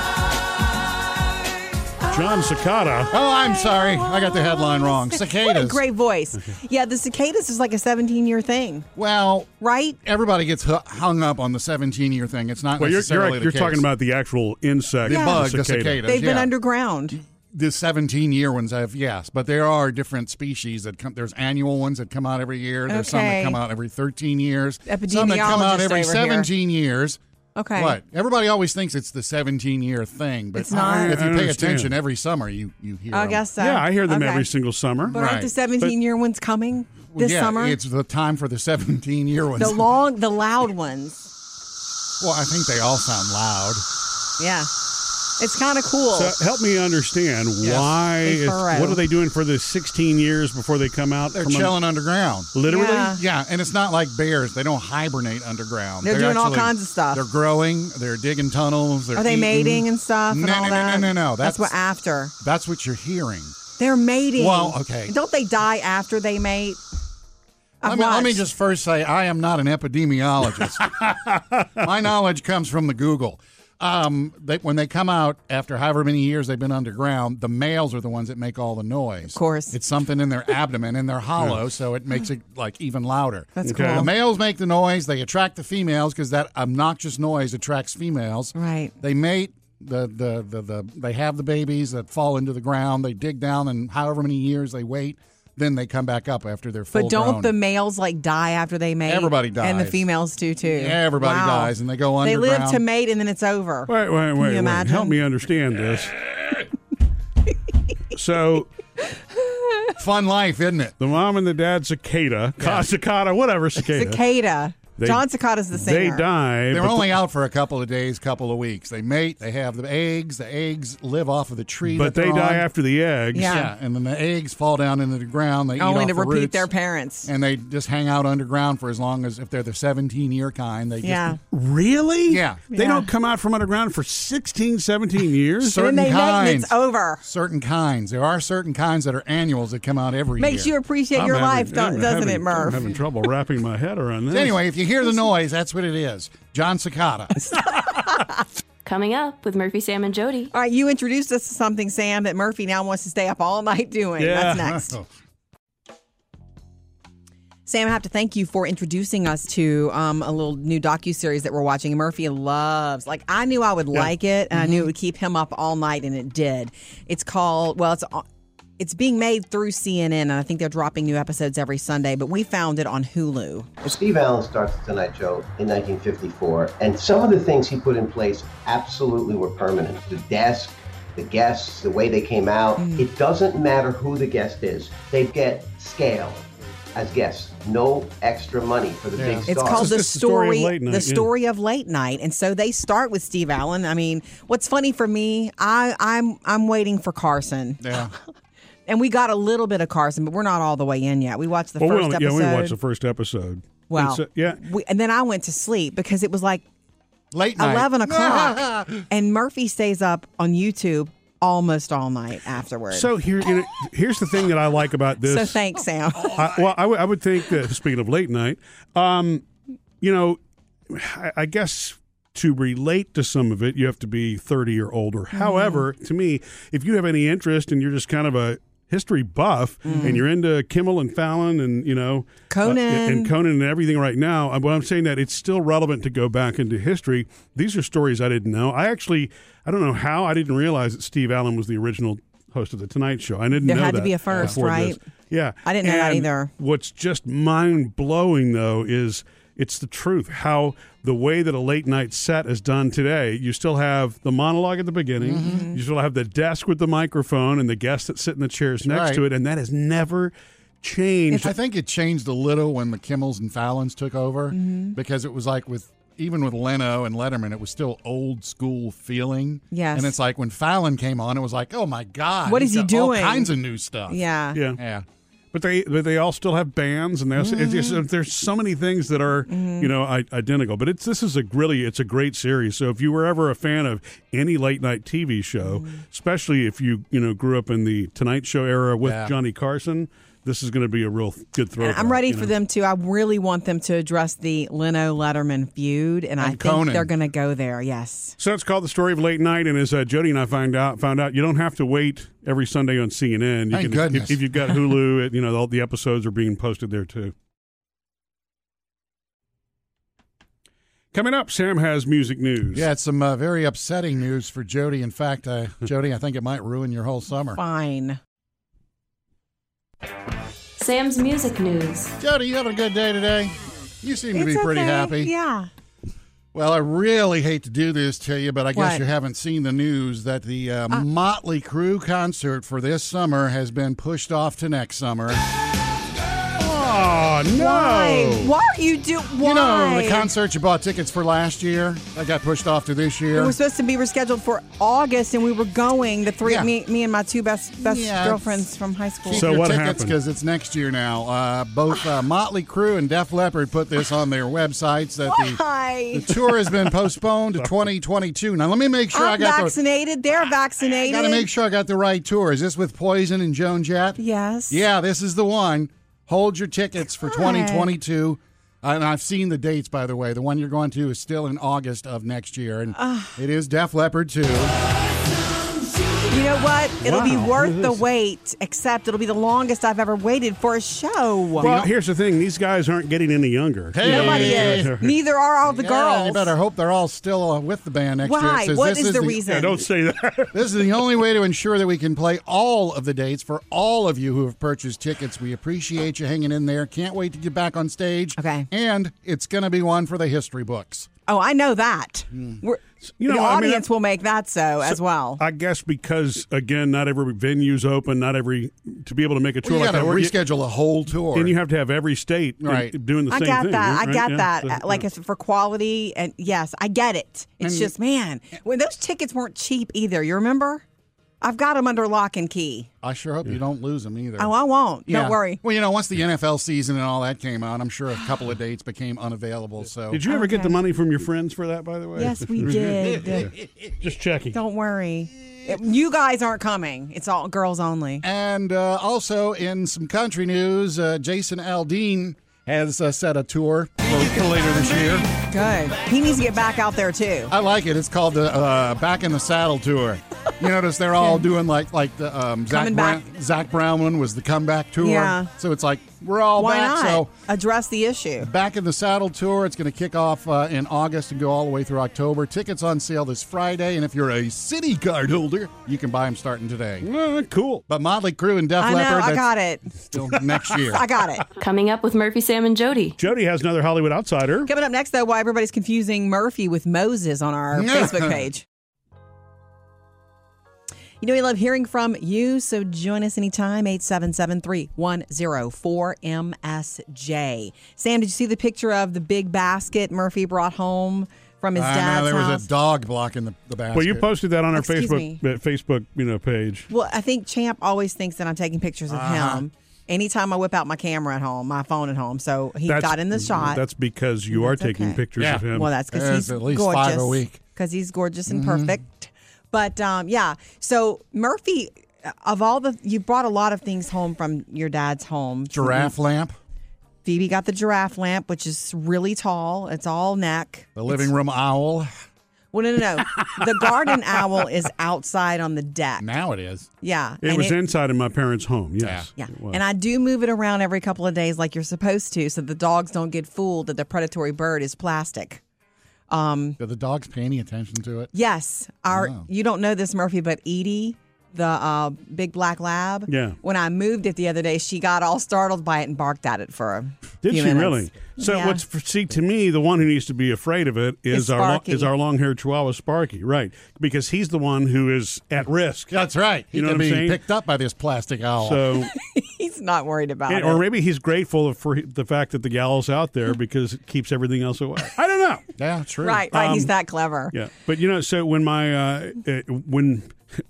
[SPEAKER 3] John Cicada.
[SPEAKER 1] Oh, I'm sorry. I got the headline wrong.
[SPEAKER 2] what a
[SPEAKER 1] Cicadas.
[SPEAKER 2] great voice yeah the cicadas is like a 17 year thing
[SPEAKER 1] well,
[SPEAKER 2] right
[SPEAKER 1] everybody gets hu- hung up on the 17 year thing. It's not
[SPEAKER 3] Well, you're,
[SPEAKER 1] necessarily
[SPEAKER 3] you're,
[SPEAKER 1] the
[SPEAKER 3] you're
[SPEAKER 1] case.
[SPEAKER 3] talking about the actual insect,
[SPEAKER 1] the
[SPEAKER 2] Yeah.
[SPEAKER 1] bug,
[SPEAKER 3] the cicada.
[SPEAKER 2] they've been
[SPEAKER 1] yeah.
[SPEAKER 2] underground
[SPEAKER 1] the 17 year ones have yes but there are different species that come there's annual ones that come out every year there's some that
[SPEAKER 2] Okay.
[SPEAKER 1] come out every 13 years some that come out
[SPEAKER 2] Epidemiologist
[SPEAKER 1] every
[SPEAKER 2] over here.
[SPEAKER 1] 17 years
[SPEAKER 2] okay
[SPEAKER 1] what everybody always thinks it's the 17 year thing but
[SPEAKER 2] It's not.
[SPEAKER 1] if you
[SPEAKER 3] I
[SPEAKER 1] pay
[SPEAKER 3] understand.
[SPEAKER 1] attention every summer you you hear
[SPEAKER 2] i
[SPEAKER 1] 'em.
[SPEAKER 2] guess so
[SPEAKER 3] Yeah, I hear them
[SPEAKER 2] Okay.
[SPEAKER 3] every single summer.
[SPEAKER 2] But aren't the
[SPEAKER 1] Right.
[SPEAKER 2] 17 year ones coming
[SPEAKER 1] Well,
[SPEAKER 2] this
[SPEAKER 1] yeah,
[SPEAKER 2] summer?
[SPEAKER 1] it's the time for the 17 year ones <laughs>
[SPEAKER 2] the long, the loud ones.
[SPEAKER 1] well i think they all sound loud
[SPEAKER 2] Yeah. It's kind of cool.
[SPEAKER 3] So help me understand why.
[SPEAKER 2] They
[SPEAKER 3] it's-
[SPEAKER 2] furrow.
[SPEAKER 3] what are they doing for the 16 years before they come out?
[SPEAKER 1] they're
[SPEAKER 3] from un-
[SPEAKER 1] chilling underground
[SPEAKER 3] literally.
[SPEAKER 2] Yeah.
[SPEAKER 1] yeah, and it's not like bears. They don't hibernate underground.
[SPEAKER 2] They're doing all
[SPEAKER 1] actually-
[SPEAKER 2] kinds of stuff.
[SPEAKER 1] They're growing. They're digging tunnels. They're
[SPEAKER 2] Are they
[SPEAKER 1] eating.
[SPEAKER 2] mating and stuff? and
[SPEAKER 1] Mm-hmm. No,
[SPEAKER 2] all
[SPEAKER 1] no, no,
[SPEAKER 2] that?
[SPEAKER 1] no, no, no.
[SPEAKER 2] That's,
[SPEAKER 1] That's-
[SPEAKER 2] what after.
[SPEAKER 1] That's what you're hearing.
[SPEAKER 2] They're mating.
[SPEAKER 1] Well, okay.
[SPEAKER 2] Don't they die after they mate? I've
[SPEAKER 1] Let me, let me
[SPEAKER 2] watched.
[SPEAKER 1] just first say I am not an
[SPEAKER 2] <laughs>
[SPEAKER 1] epidemiologist. My knowledge comes from the Google. Um, they, when they come out after however many years they've been underground, the males are the ones that make all the noise. Of
[SPEAKER 2] course.
[SPEAKER 1] it's something in their abdomen, and they're hollow, so it makes it like even louder.
[SPEAKER 2] That's
[SPEAKER 3] Okay.
[SPEAKER 1] The
[SPEAKER 2] cool.
[SPEAKER 1] males make the noise. They attract the females because that obnoxious noise attracts females.
[SPEAKER 2] Right.
[SPEAKER 1] They mate. The, the the the they have the babies that fall into the ground. They dig down, and however many years they wait, then they come back up after they're full
[SPEAKER 2] But don't
[SPEAKER 1] grown.
[SPEAKER 2] the males like die after they mate?
[SPEAKER 1] Everybody
[SPEAKER 2] And the
[SPEAKER 1] dies.
[SPEAKER 2] females do too.
[SPEAKER 1] Everybody
[SPEAKER 2] Wow.
[SPEAKER 1] dies, and they go
[SPEAKER 2] They live
[SPEAKER 1] underground.
[SPEAKER 2] to mate and then it's over.
[SPEAKER 3] Wait, wait, wait,
[SPEAKER 2] you
[SPEAKER 3] wait.
[SPEAKER 2] imagine?
[SPEAKER 3] Help me understand
[SPEAKER 2] <laughs>
[SPEAKER 3] this. so
[SPEAKER 1] fun life, isn't it?
[SPEAKER 3] the mom and the dad cicada, ca- cicada, whatever cicada,
[SPEAKER 2] Cicada.
[SPEAKER 3] They-
[SPEAKER 2] John Cicada's the
[SPEAKER 3] they
[SPEAKER 2] singer.
[SPEAKER 3] die.
[SPEAKER 1] They're
[SPEAKER 3] but
[SPEAKER 1] only out for a couple of days, couple of weeks. They mate. They have the eggs. The eggs live off of the tree.
[SPEAKER 3] the,
[SPEAKER 1] that
[SPEAKER 3] but they
[SPEAKER 1] they're
[SPEAKER 3] die
[SPEAKER 1] on.
[SPEAKER 3] after the eggs.
[SPEAKER 2] Yeah.
[SPEAKER 1] Yeah. and then the eggs fall down into the ground. They
[SPEAKER 2] Only
[SPEAKER 1] eat
[SPEAKER 2] to
[SPEAKER 1] off the
[SPEAKER 2] repeat
[SPEAKER 1] roots,
[SPEAKER 2] their parents.
[SPEAKER 1] and they just hang out underground for as long as if they're the 17 year kind. They
[SPEAKER 2] Yeah.
[SPEAKER 1] just
[SPEAKER 3] Really?
[SPEAKER 1] Yeah.
[SPEAKER 3] They don't come out from underground for 16 17 years.
[SPEAKER 1] So- certain
[SPEAKER 2] and then they mate and
[SPEAKER 1] kinds.
[SPEAKER 2] it's over.
[SPEAKER 1] certain kinds. There are certain kinds that are annuals that come out every
[SPEAKER 2] Makes you
[SPEAKER 1] year.
[SPEAKER 2] appreciate
[SPEAKER 3] I'm
[SPEAKER 2] your
[SPEAKER 3] having-
[SPEAKER 2] life, don't-
[SPEAKER 3] I'm
[SPEAKER 2] doesn't
[SPEAKER 3] having-
[SPEAKER 2] it, Murph?
[SPEAKER 3] I'm having trouble wrapping my head around this.
[SPEAKER 1] Anyway, if you hear the noise, that's what it is. John
[SPEAKER 2] <laughs>
[SPEAKER 1] Cicada.
[SPEAKER 4] Coming up with Murphy, Sam, and Jody.
[SPEAKER 2] All right, you introduced us to something, Sam, that Murphy now wants to stay up all night doing.
[SPEAKER 3] Yeah.
[SPEAKER 2] That's next. Sam, I have to thank you for introducing us to um, a little new docu series that we're watching. Murphy loves. Like I knew I would like it, and I knew it would keep him up all night, and it did. It's called. Well, it's It's being made through CNN, and I think they're dropping new episodes every Sunday, but we found it on Hulu.
[SPEAKER 8] Steve Allen starts The Tonight Show in 1954, and some of the things he put in place absolutely were permanent. The desk, the guests, the way they came out.
[SPEAKER 2] Mm.
[SPEAKER 8] It doesn't matter who the guest is, they get scale as guests. No extra money for the big
[SPEAKER 2] It's
[SPEAKER 8] stars.
[SPEAKER 2] called the
[SPEAKER 3] just the story of
[SPEAKER 2] story,
[SPEAKER 3] late night, yeah.
[SPEAKER 2] the story of late night, and so they start with Steve Allen. I mean, what's funny for me, I, I'm I'm waiting for Carson,
[SPEAKER 1] Yeah.
[SPEAKER 2] <laughs> and we got a little bit of Carson, but we're not all the way in yet. We watched the
[SPEAKER 3] Well, we
[SPEAKER 2] first
[SPEAKER 3] only-
[SPEAKER 2] episode.
[SPEAKER 3] yeah, we watched the first episode.
[SPEAKER 2] Wow.
[SPEAKER 3] And so- yeah.
[SPEAKER 2] We, and then I went to sleep because it was like
[SPEAKER 1] Late
[SPEAKER 3] <laughs>
[SPEAKER 1] night. Ah,
[SPEAKER 2] 11 o'clock, and Murphy stays up on YouTube almost all night afterwards.
[SPEAKER 3] So here, you know, here's the thing that I like about this.
[SPEAKER 2] So thanks, Sam. <laughs>
[SPEAKER 3] I, well, I would- I would think that speaking of late night, um, you know, I, I guess to relate to some of it, you have to be 30 or older.
[SPEAKER 2] Mm-hmm.
[SPEAKER 3] However, to me, if you have any interest and you're just kind of a history buff and you're into Kimmel and Fallon and, you know,
[SPEAKER 2] Mm-hmm.
[SPEAKER 3] uh,
[SPEAKER 2] Conan.
[SPEAKER 3] and Conan and everything right now, uh, what I'm saying that it's still relevant to go back into history. These are stories I didn't know. I actually, I don't know how I didn't realize that Steve Allen was the original host of the Tonight Show. I didn't
[SPEAKER 2] There
[SPEAKER 3] know
[SPEAKER 2] had to
[SPEAKER 3] that
[SPEAKER 2] be a first,
[SPEAKER 3] before
[SPEAKER 2] right?
[SPEAKER 3] this. Yeah.
[SPEAKER 2] I didn't know that
[SPEAKER 3] And
[SPEAKER 2] either.
[SPEAKER 3] What's just mind blowing though is it's the truth. How the way that a late night set is done today, you still have the monologue at the beginning,
[SPEAKER 2] Mm-hmm.
[SPEAKER 3] you still have the desk with the microphone and the guests that sit in the chairs next
[SPEAKER 1] right.
[SPEAKER 3] to it, and that has never changed.
[SPEAKER 1] I think it changed a little when the Kimmels and Fallons took over
[SPEAKER 2] Mm-hmm.
[SPEAKER 1] because it was like with even with Leno and Letterman, it was still old school feeling.
[SPEAKER 2] Yes.
[SPEAKER 1] And it's like when Fallon came on, it was like, oh my god,
[SPEAKER 2] What
[SPEAKER 1] he's
[SPEAKER 2] is he
[SPEAKER 1] got
[SPEAKER 2] doing?
[SPEAKER 1] All kinds of new stuff.
[SPEAKER 2] yeah.
[SPEAKER 3] yeah.
[SPEAKER 1] Yeah.
[SPEAKER 3] But they but they all still have bands, and they also,
[SPEAKER 2] Mm-hmm.
[SPEAKER 3] it's just- there's so many things that are you know I- identical. But it's this is a really it's a great series. So if you were ever a fan of any late night TV show,
[SPEAKER 2] Mm-hmm.
[SPEAKER 3] especially if you you know grew up in the Tonight Show era with
[SPEAKER 1] Yeah.
[SPEAKER 3] Johnny Carson, this is going to be a real good throw.
[SPEAKER 2] I'm ready for them to. I really want them to address the Leno Letterman feud, and, I
[SPEAKER 1] And
[SPEAKER 2] think
[SPEAKER 1] Conan.
[SPEAKER 2] they're going to go there. Yes.
[SPEAKER 3] So it's called the story of late night, and as uh, Jody and I find out, found out you don't have to wait every Sunday on CNN. You
[SPEAKER 1] Thank
[SPEAKER 3] can,
[SPEAKER 1] goodness.
[SPEAKER 3] If, if
[SPEAKER 1] <laughs>
[SPEAKER 3] you've got Hulu, it, you know all the episodes are being posted there too. Coming up, Sam has music news.
[SPEAKER 1] Yeah, it's some uh, very upsetting news for Jody. In fact,
[SPEAKER 2] <laughs>
[SPEAKER 1] uh, Jody, I think it might ruin your whole summer.
[SPEAKER 2] Fine.
[SPEAKER 4] Sam's music news.
[SPEAKER 1] Jody, you having a good day today? You seem to be
[SPEAKER 2] It's
[SPEAKER 1] pretty
[SPEAKER 2] okay.
[SPEAKER 1] happy.
[SPEAKER 2] Yeah.
[SPEAKER 1] Well, I really hate to do this to you, but I guess
[SPEAKER 2] What?
[SPEAKER 1] you haven't seen the news that the uh, Motley Crue concert for this summer has been pushed off to next summer.
[SPEAKER 3] Oh no!
[SPEAKER 2] Why? Why are you do? Why?
[SPEAKER 1] You know, the concert you bought tickets for last year, that got pushed off to this
[SPEAKER 2] we
[SPEAKER 1] year.
[SPEAKER 2] were supposed to be rescheduled for August, and we were going. The three,
[SPEAKER 1] Yeah.
[SPEAKER 2] me, me, and my two best best
[SPEAKER 1] Yeah, it's-
[SPEAKER 2] girlfriends from high school.
[SPEAKER 1] Keep
[SPEAKER 3] So
[SPEAKER 1] your
[SPEAKER 3] what
[SPEAKER 1] tickets
[SPEAKER 3] happened?
[SPEAKER 1] because it's next year now. Uh, both uh, Motley Crue and Def Leppard put this on their websites that the,
[SPEAKER 2] Why?
[SPEAKER 1] the tour has been postponed to 2022. Now let me make sure
[SPEAKER 2] I'm
[SPEAKER 1] got the
[SPEAKER 2] vaccinated. They're
[SPEAKER 1] I
[SPEAKER 2] vaccinated.
[SPEAKER 1] got to make sure I got the right tour. Is this with Poison and Joan Jett?
[SPEAKER 2] Yes.
[SPEAKER 1] Yeah, this is the one. Hold your tickets for 2022. And I've seen the dates, by the way. The one you're going to is still in August of next year, and it is Def Leppard too.
[SPEAKER 2] You know what? It'll
[SPEAKER 3] Wow.
[SPEAKER 2] be worth
[SPEAKER 3] Look at
[SPEAKER 2] the
[SPEAKER 3] this.
[SPEAKER 2] wait, except it'll be the longest I've ever waited for a show.
[SPEAKER 3] Well, here's the thing: these guys aren't getting any younger.
[SPEAKER 1] Hey. Nobody is.
[SPEAKER 2] Neither are all the
[SPEAKER 1] Yeah,
[SPEAKER 2] girls.
[SPEAKER 1] you better hope they're all still uh, with the band next year. It
[SPEAKER 2] Why?
[SPEAKER 1] says
[SPEAKER 2] What
[SPEAKER 1] this
[SPEAKER 2] is, the, reason?
[SPEAKER 3] Yeah, <laughs> don't say that. <laughs>
[SPEAKER 1] This is the only way to ensure that we can play all of the dates for all of you who have purchased tickets. We appreciate you hanging in there. Can't wait to get back on stage.
[SPEAKER 2] Okay.
[SPEAKER 1] And it's going to be one for the history books.
[SPEAKER 2] oh, I know that. We're,
[SPEAKER 3] Hmm. You know,
[SPEAKER 2] the
[SPEAKER 3] I mean,
[SPEAKER 2] audience
[SPEAKER 3] that-
[SPEAKER 2] will make that so, as well.
[SPEAKER 3] I guess because again, not every venue's open. Not every to be able to make a tour
[SPEAKER 1] Well, you
[SPEAKER 3] like
[SPEAKER 1] got to
[SPEAKER 3] that. work, you-
[SPEAKER 1] reschedule a whole tour.
[SPEAKER 3] And you have to have every state in-
[SPEAKER 1] Right.
[SPEAKER 3] doing the
[SPEAKER 2] I
[SPEAKER 3] same
[SPEAKER 2] got
[SPEAKER 3] thing.
[SPEAKER 2] that.
[SPEAKER 3] right?
[SPEAKER 2] I got
[SPEAKER 3] Yeah.
[SPEAKER 2] that.
[SPEAKER 3] So,
[SPEAKER 2] Uh, like
[SPEAKER 3] yeah.
[SPEAKER 2] it's for quality, and yes, I get it. It's just man, when those tickets weren't cheap either. You remember? I've got them under lock and key.
[SPEAKER 1] I sure hope you don't lose them either.
[SPEAKER 2] Oh, I won't.
[SPEAKER 1] Yeah.
[SPEAKER 2] Don't worry.
[SPEAKER 1] Well, you know, once the NFL season and all that came out, I'm sure a couple
[SPEAKER 2] <sighs>
[SPEAKER 1] of dates became unavailable. So
[SPEAKER 3] Did you ever get the money from your friends for that? By the way,
[SPEAKER 2] Yes,
[SPEAKER 3] <laughs>
[SPEAKER 2] we did.
[SPEAKER 3] Just checking.
[SPEAKER 2] Don't worry. It- you guys aren't coming. It's all girls only.
[SPEAKER 1] And uh, also in some country news, uh, Jason Aldean has uh, set a tour for, for later this year.
[SPEAKER 2] Good. He needs to get back out there too.
[SPEAKER 1] I like it. It's called the uh, Back in the Saddle Tour. You notice they're all doing like like the um, Zach
[SPEAKER 2] Coming
[SPEAKER 1] Brown.
[SPEAKER 2] back.
[SPEAKER 1] Zach Brown one was the comeback tour.
[SPEAKER 2] Yeah.
[SPEAKER 1] So it's like we're all
[SPEAKER 2] Why
[SPEAKER 1] back.
[SPEAKER 2] not
[SPEAKER 1] So
[SPEAKER 2] address the issue?
[SPEAKER 1] Back in the Saddle Tour. It's going to kick off uh, in August and go all the way through October. Tickets on sale this Friday. And if you're a city card holder, you can buy them starting today.
[SPEAKER 3] Ah, cool.
[SPEAKER 1] But Motley Crue and Def
[SPEAKER 2] I know.
[SPEAKER 1] Leppard,
[SPEAKER 2] I
[SPEAKER 1] that's
[SPEAKER 2] got it.
[SPEAKER 1] still
[SPEAKER 2] <laughs>
[SPEAKER 1] next year.
[SPEAKER 2] I got it.
[SPEAKER 1] <laughs>
[SPEAKER 4] Coming up with Murphy, Sam, and Jody.
[SPEAKER 3] Jody has another Hollywood outsider.
[SPEAKER 2] Coming up next, though, why everybody's confusing Murphy with Moses on our
[SPEAKER 1] <laughs>
[SPEAKER 2] Facebook page. You know, we love hearing from you, so join us anytime, 877-3104-MSJ. Sam, did you see the picture of the big basket Murphy brought home from his
[SPEAKER 1] I know,
[SPEAKER 2] dad's
[SPEAKER 1] there
[SPEAKER 2] house?
[SPEAKER 1] was a dog blocking the, the basket.
[SPEAKER 3] Well, you posted that on our
[SPEAKER 2] Excuse
[SPEAKER 3] Facebook
[SPEAKER 2] me.
[SPEAKER 3] uh, Facebook you know page.
[SPEAKER 2] Well, I think Champ always thinks that I'm taking pictures of
[SPEAKER 1] Uh-huh.
[SPEAKER 2] him. Anytime I whip out my camera at home, my phone at home, so he got in the shot.
[SPEAKER 3] That's because you are taking
[SPEAKER 2] okay.
[SPEAKER 3] pictures
[SPEAKER 1] Yeah.
[SPEAKER 3] of him.
[SPEAKER 2] Well, that's because
[SPEAKER 1] There's
[SPEAKER 2] he's
[SPEAKER 1] at least
[SPEAKER 2] gorgeous.
[SPEAKER 1] five a week.
[SPEAKER 2] Because he's gorgeous and perfect. But um, yeah, so Murphy, of all the you brought a lot of things home from your dad's home.
[SPEAKER 1] Giraffe lamp,
[SPEAKER 2] Phoebe got the giraffe lamp, which is really tall. It's all neck.
[SPEAKER 1] the living room owl.
[SPEAKER 2] Well, no, no, no. the garden owl is outside on the deck.
[SPEAKER 1] Now it is.
[SPEAKER 2] Yeah,
[SPEAKER 3] it
[SPEAKER 2] and
[SPEAKER 3] was inside in my parents' home. Yes.
[SPEAKER 2] Yeah.
[SPEAKER 3] It was.
[SPEAKER 2] And I do move it around every couple of days like you're supposed to so the dogs don't get fooled that the predatory bird is plastic.
[SPEAKER 1] Do the dogs pay any attention to it?
[SPEAKER 2] Yes, our you don't know this Murphy, but Edie, the uh, big black lab.
[SPEAKER 3] Yeah.
[SPEAKER 2] When I moved it the other day, she got all startled by it and barked at it for a
[SPEAKER 3] Did
[SPEAKER 2] few
[SPEAKER 3] she
[SPEAKER 2] minutes.
[SPEAKER 3] really? So
[SPEAKER 2] Yeah.
[SPEAKER 3] what's see to me the one who needs to be afraid of it is,
[SPEAKER 2] Is
[SPEAKER 3] our lo-
[SPEAKER 2] Sparky.
[SPEAKER 3] is our long-haired Chihuahua Sparky, right? Because he's the one who is at risk.
[SPEAKER 1] That's right.
[SPEAKER 3] You know
[SPEAKER 1] he
[SPEAKER 3] what I'm
[SPEAKER 1] could be
[SPEAKER 3] saying?
[SPEAKER 1] picked up by this plastic owl.
[SPEAKER 3] So,
[SPEAKER 2] <laughs> He's not worried about
[SPEAKER 3] and-
[SPEAKER 2] it.
[SPEAKER 3] or maybe he's grateful for the fact that the gal's
[SPEAKER 2] <laughs>
[SPEAKER 3] out there because it keeps everything else away. I don't know.
[SPEAKER 1] yeah, true.
[SPEAKER 2] right, right.
[SPEAKER 3] um,
[SPEAKER 2] he's that clever.
[SPEAKER 3] Yeah, but you know, so when my uh, uh, when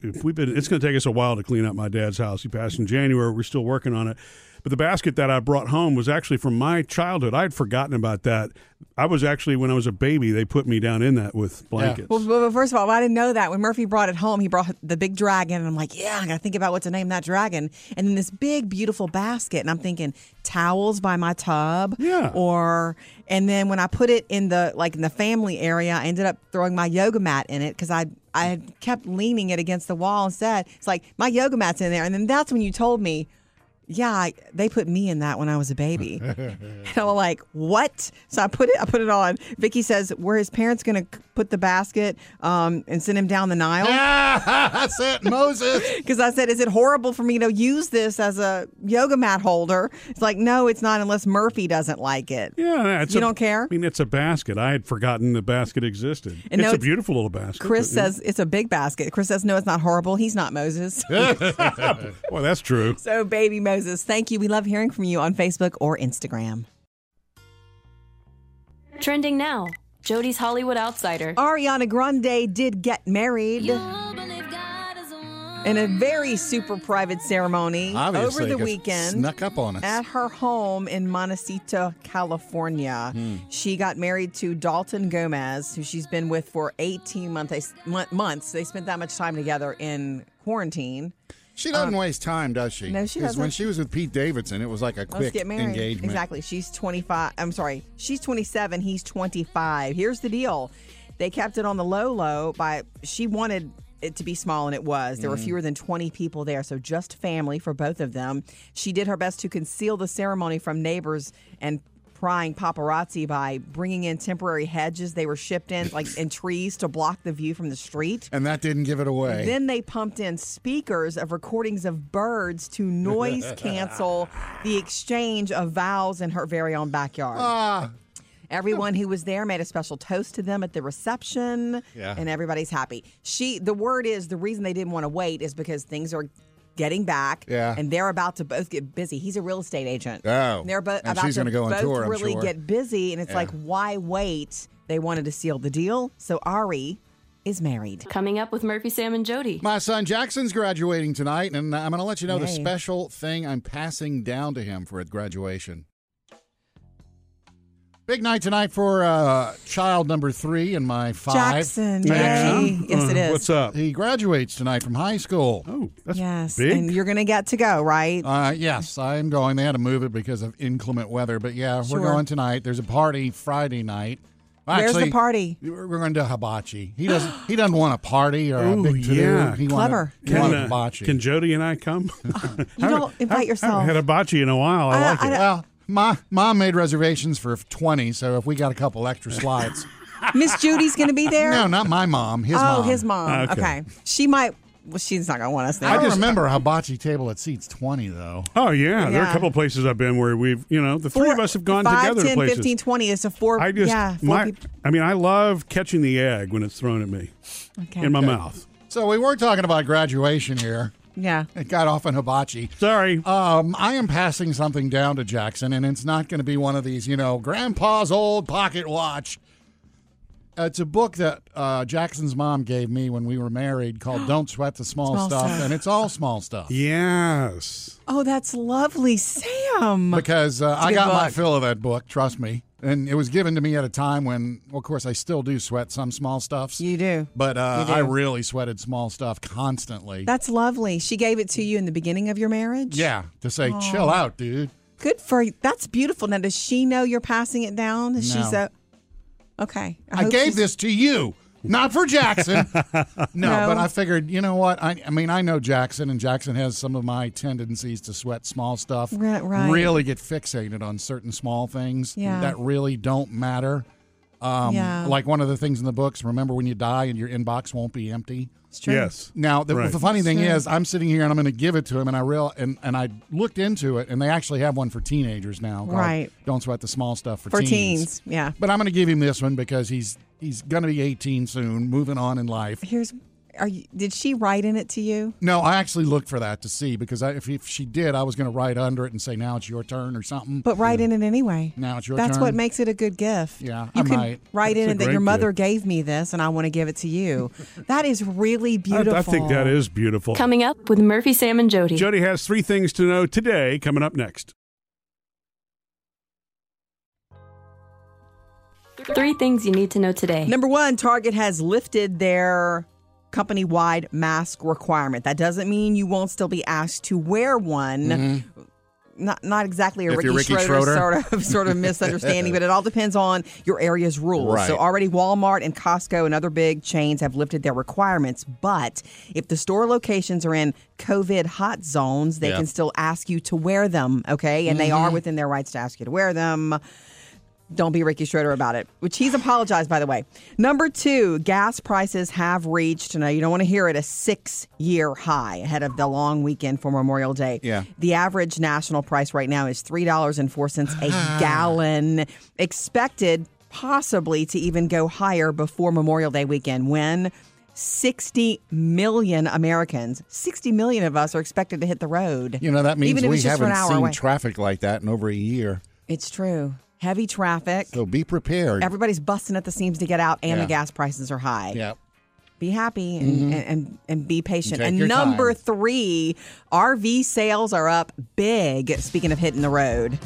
[SPEAKER 3] if we've been, it's going to take us a while to clean up my dad's house. He passed in January. We're still working on it. But the basket that I brought home was actually from my childhood. I had forgotten about that. I was actually when I was a baby, they put me down in that with blankets.
[SPEAKER 2] Well, well, well, first of all, I didn't know that. When Murphy brought it home, he brought the big dragon, and I'm like, yeah, I got to think about what to name that dragon. And then this big, beautiful basket, and I'm thinking towels by my tub,
[SPEAKER 3] Yeah.
[SPEAKER 2] Or and then when I put it in the like in the family area, I ended up throwing my yoga mat in it because I I had kept leaning it against the wall and said it's like my yoga mat's in there. And then that's when you told me. Yeah, I, they put me in that when I was a baby. <laughs> And I'm like, what? So I put it. I put it on. Vicky says, "Were his parents going to put the basket um, and send him down the Nile?"
[SPEAKER 1] Yeah, <laughs> that's it, Moses.
[SPEAKER 2] Because I said, "Is it horrible for me to use this as a yoga mat holder?" It's like, no, it's not unless Murphy doesn't like it.
[SPEAKER 3] yeah, it's
[SPEAKER 2] You
[SPEAKER 3] a-
[SPEAKER 2] don't care?
[SPEAKER 3] I mean, it's a basket. I had forgotten the basket existed.
[SPEAKER 2] And no,
[SPEAKER 3] it's a
[SPEAKER 2] it's-
[SPEAKER 3] beautiful little basket.
[SPEAKER 2] Chris
[SPEAKER 3] but-
[SPEAKER 2] says it's a big basket. Chris says, "No, it's not horrible. He's not Moses."
[SPEAKER 3] "Well, that's true."
[SPEAKER 2] <laughs> so, baby Moses, thank you. We love hearing from you on Facebook or Instagram.
[SPEAKER 4] Trending now Jody's Hollywood Outsider.
[SPEAKER 2] Ariana Grande did get married in a very super private ceremony
[SPEAKER 1] Obviously,
[SPEAKER 2] over the
[SPEAKER 1] it
[SPEAKER 2] weekend.
[SPEAKER 1] Snuck up on us.
[SPEAKER 2] At her home in Montecito, California,
[SPEAKER 1] Hmm.
[SPEAKER 2] she got married to Dalton Gomez, who she's been with for 18 month, mon- months. They spent that much time together in quarantine.
[SPEAKER 1] She doesn't waste time, does she?
[SPEAKER 2] Um, no, she
[SPEAKER 1] 'Cause
[SPEAKER 2] doesn't.
[SPEAKER 1] When she was with Pete Davidson, it was like a quick
[SPEAKER 2] Let's get married.
[SPEAKER 1] engagement.
[SPEAKER 2] Exactly. She's 25. I'm sorry. She's 27. He's 25. Here's the deal. They kept it on the low low by she wanted it to be small and it was.
[SPEAKER 1] Mm.
[SPEAKER 2] There were fewer than 20 people there, so just family for both of them. She did her best to conceal the ceremony from neighbors and prying paparazzi by bringing in temporary hedges they were shipped in like and trees to block the view from the street.
[SPEAKER 1] And that didn't give it away.
[SPEAKER 2] Then they pumped in speakers of recordings of birds to
[SPEAKER 1] <laughs>
[SPEAKER 2] noise cancel the exchange of vows in her very own backyard.
[SPEAKER 1] ah,
[SPEAKER 2] Everyone who was there made a special toast to them at the reception,
[SPEAKER 1] Yeah.
[SPEAKER 2] and everybody's happy. She, the word is, the reason they didn't want to wait is because things are getting back,
[SPEAKER 1] Yeah.
[SPEAKER 2] and they're about to both get busy. He's a real estate agent.
[SPEAKER 1] Oh.
[SPEAKER 2] they're both
[SPEAKER 1] And
[SPEAKER 2] about
[SPEAKER 1] she's
[SPEAKER 2] to
[SPEAKER 1] gonna go on
[SPEAKER 2] both
[SPEAKER 1] tour, I'm
[SPEAKER 2] really
[SPEAKER 1] sure.
[SPEAKER 2] get busy, and it's like, why wait? They wanted to seal the deal, so Ari is married.
[SPEAKER 4] Coming up with Murphy, Sam, and Jody.
[SPEAKER 1] my son Jackson's graduating tonight, and I'm going to let you know the
[SPEAKER 2] Yay.
[SPEAKER 1] special thing I'm passing down to him for his graduation. Big night tonight for uh, child number three and my five.
[SPEAKER 2] Jackson.
[SPEAKER 3] Jackson?
[SPEAKER 2] Yay. Yes, it
[SPEAKER 3] Uh,
[SPEAKER 2] is.
[SPEAKER 3] What's up?
[SPEAKER 1] He graduates tonight from high school.
[SPEAKER 3] Oh, that's
[SPEAKER 2] yes.
[SPEAKER 3] big. Oh,
[SPEAKER 2] And you're going to get to go, right?
[SPEAKER 1] Uh, yes, I'm going. They had to move it because of inclement weather, but yeah,
[SPEAKER 2] Sure.
[SPEAKER 1] we're going tonight. There's a party Friday night.
[SPEAKER 2] Where's the party?
[SPEAKER 1] We're going to do hibachi. He doesn't. He doesn't want a party or a
[SPEAKER 3] Ooh,
[SPEAKER 1] big to
[SPEAKER 3] yeah.
[SPEAKER 1] He
[SPEAKER 2] Clever.
[SPEAKER 1] Wanted, he wanted
[SPEAKER 3] uh,
[SPEAKER 1] hibachi.
[SPEAKER 3] can Jody and I come?
[SPEAKER 2] <laughs>
[SPEAKER 3] <laughs>
[SPEAKER 2] You don't invite yourself.
[SPEAKER 3] I haven't had hibachi in a while. I,
[SPEAKER 2] I-
[SPEAKER 3] like
[SPEAKER 2] I
[SPEAKER 3] it.
[SPEAKER 2] don't-
[SPEAKER 1] well, my mom made reservations for twenty, so if we got a couple
[SPEAKER 3] <laughs>
[SPEAKER 1] extra slides,
[SPEAKER 2] Miss Judy's going to be there.
[SPEAKER 1] no, not my mom. His
[SPEAKER 2] oh,
[SPEAKER 1] mom.
[SPEAKER 2] his mom.
[SPEAKER 3] Ah, Okay.
[SPEAKER 2] Okay. she might. Well, she's not going to want us there.
[SPEAKER 1] I, don't remember a hibachi table at seats twenty though.
[SPEAKER 3] Oh yeah. there are a
[SPEAKER 2] Yeah.
[SPEAKER 3] couple of places I've been where we've, you know, the three
[SPEAKER 2] Four-
[SPEAKER 3] of us have gone
[SPEAKER 2] five,
[SPEAKER 3] together to
[SPEAKER 2] 10,
[SPEAKER 3] places.
[SPEAKER 2] 15, 20. It's a four.
[SPEAKER 3] I just,
[SPEAKER 2] yeah, four
[SPEAKER 3] my,
[SPEAKER 2] people.
[SPEAKER 3] I mean, I love catching the egg when it's thrown at me
[SPEAKER 2] Okay.
[SPEAKER 3] in my mouth.
[SPEAKER 1] So we were talking about graduation here.
[SPEAKER 2] yeah.
[SPEAKER 1] It got off on hibachi.
[SPEAKER 3] Sorry.
[SPEAKER 1] Um, I am passing something down to Jackson, and it's not going to be one of these, you know, grandpa's old pocket watch. Uh, It's a book that uh, Jackson's mom gave me when we were married
[SPEAKER 2] <gasps>
[SPEAKER 1] called Don't Sweat the Small,
[SPEAKER 2] Small
[SPEAKER 1] stuff,
[SPEAKER 2] Stuff.
[SPEAKER 1] and it's all small stuff.
[SPEAKER 3] yes.
[SPEAKER 2] Oh, that's lovely, Sam.
[SPEAKER 1] Because uh, I
[SPEAKER 2] good
[SPEAKER 1] got my
[SPEAKER 2] book.
[SPEAKER 1] fill of that book, trust me. And it was given to me at a time when, well, of course, I still do sweat some small stuffs.
[SPEAKER 2] You do.
[SPEAKER 1] But uh,
[SPEAKER 2] You do.
[SPEAKER 1] I really sweated small stuff constantly.
[SPEAKER 2] That's lovely. She gave it to you in the beginning of your marriage.
[SPEAKER 1] yeah, to say, chill out, dude.
[SPEAKER 2] Good for you. That's beautiful. Now, does she know you're passing it down? Is She's
[SPEAKER 1] No.
[SPEAKER 2] a. Okay.
[SPEAKER 1] I,
[SPEAKER 2] hope
[SPEAKER 1] gave
[SPEAKER 2] she's-
[SPEAKER 1] this to you, not for
[SPEAKER 2] <laughs>
[SPEAKER 1] Jackson. no,
[SPEAKER 2] No.
[SPEAKER 1] but I figured, you know what? I, I mean, I know Jackson, and Jackson has some of my tendencies to sweat small stuff.
[SPEAKER 2] Right, right.
[SPEAKER 1] Really get fixated on certain small things
[SPEAKER 2] Yeah.
[SPEAKER 1] that really don't matter. Um,
[SPEAKER 2] Yeah.
[SPEAKER 1] Like one of the things in the books, remember when you die and your inbox won't be empty?
[SPEAKER 2] It's true.
[SPEAKER 3] Yes.
[SPEAKER 1] Now, the,
[SPEAKER 3] Right.
[SPEAKER 1] the funny thing is, I'm sitting here and I'm going to give it to him, and I real and, and I looked into it, and they actually have one for teenagers now. called
[SPEAKER 2] Right.
[SPEAKER 1] Don't sweat the small stuff for,
[SPEAKER 2] For teens. Yeah.
[SPEAKER 1] But I'm going to give him this one because he's he's going to be 18 soon, moving on in life.
[SPEAKER 2] Here's. Are you, did she write in it to you?
[SPEAKER 1] No, I actually looked for that to see because I, if, if she did, I was going to write under it and say, "Now it's your turn" or something.
[SPEAKER 2] But write in it anyway.
[SPEAKER 1] Now it's your
[SPEAKER 2] That's what
[SPEAKER 1] turn.
[SPEAKER 2] makes it a good gift.
[SPEAKER 1] Yeah,
[SPEAKER 2] you
[SPEAKER 1] I
[SPEAKER 2] can
[SPEAKER 1] might.
[SPEAKER 2] write in
[SPEAKER 3] That's a
[SPEAKER 2] it that
[SPEAKER 3] great
[SPEAKER 2] your mother
[SPEAKER 3] gift.
[SPEAKER 2] gave me this, and I want to give it to you. that is really
[SPEAKER 3] I,
[SPEAKER 2] beautiful.
[SPEAKER 3] I think that is beautiful.
[SPEAKER 4] Coming up with Murphy, Sam, and Jody.
[SPEAKER 3] Jody has three things to know today coming up next.
[SPEAKER 4] Three things you need to know today.
[SPEAKER 2] Number one, Target has lifted their company wide mask requirement. That doesn't mean you won't still be asked to wear one. Not, not exactly a
[SPEAKER 1] Mm-hmm. If
[SPEAKER 2] Ricky,
[SPEAKER 1] you're Ricky
[SPEAKER 2] Schroeder,
[SPEAKER 1] Schroeder.
[SPEAKER 2] sort of <laughs> sort of misunderstanding, but it all depends on your area's rules.
[SPEAKER 1] Right.
[SPEAKER 2] So already Walmart and Costco and other big chains have lifted their requirements, but if the store locations are in COVID hot zones, they
[SPEAKER 1] Yeah. Mm-hmm.
[SPEAKER 2] can still ask you to wear them, okay? And they are within their rights to ask you to wear them. Don't be Ricky Schroeder about it, which he's apologized, by the way. Number two, gas prices have reached, now you don't want to hear it, a six year high ahead of the long weekend for Memorial Day.
[SPEAKER 1] Yeah.
[SPEAKER 2] The average national price right now is $3.04
[SPEAKER 1] <sighs>
[SPEAKER 2] a gallon, expected possibly to even go higher before Memorial Day weekend when 60 million Americans, 60 million of us are expected to hit the road.
[SPEAKER 1] You know that means
[SPEAKER 2] even if
[SPEAKER 1] we
[SPEAKER 2] it's just for an
[SPEAKER 1] haven't
[SPEAKER 2] hour
[SPEAKER 1] seen
[SPEAKER 2] away.
[SPEAKER 1] traffic like that in over a year.
[SPEAKER 2] It's true. Heavy traffic.
[SPEAKER 1] So be prepared.
[SPEAKER 2] Everybody's busting at the seams to get out, and
[SPEAKER 1] Yeah.
[SPEAKER 2] the gas prices are high.
[SPEAKER 1] yeah. Mm-hmm.
[SPEAKER 2] Be happy and, and, and, and be patient.
[SPEAKER 1] take
[SPEAKER 2] And,
[SPEAKER 1] your
[SPEAKER 2] number
[SPEAKER 1] time.
[SPEAKER 2] three, RV sales are up big. Speaking of hitting the road,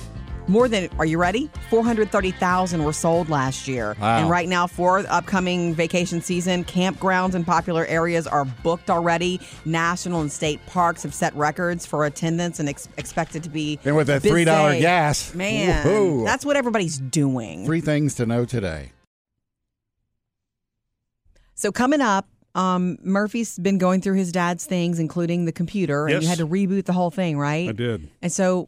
[SPEAKER 2] more than, are you ready? 430,000 were sold last year.
[SPEAKER 1] Wow.
[SPEAKER 2] And right now, for the upcoming vacation season, campgrounds in popular areas are booked already. National and state parks have set records for attendance and ex- expected to be.
[SPEAKER 1] And with that
[SPEAKER 2] busy.
[SPEAKER 1] $3 gas.
[SPEAKER 2] Man,
[SPEAKER 1] Woohoo.
[SPEAKER 2] that's what everybody's doing.
[SPEAKER 1] Three things to know today.
[SPEAKER 2] So coming up, um, Murphy's been going through his dad's things, including the computer, and
[SPEAKER 3] Yes.
[SPEAKER 2] you had to reboot the whole thing, right?
[SPEAKER 3] I did.
[SPEAKER 2] And so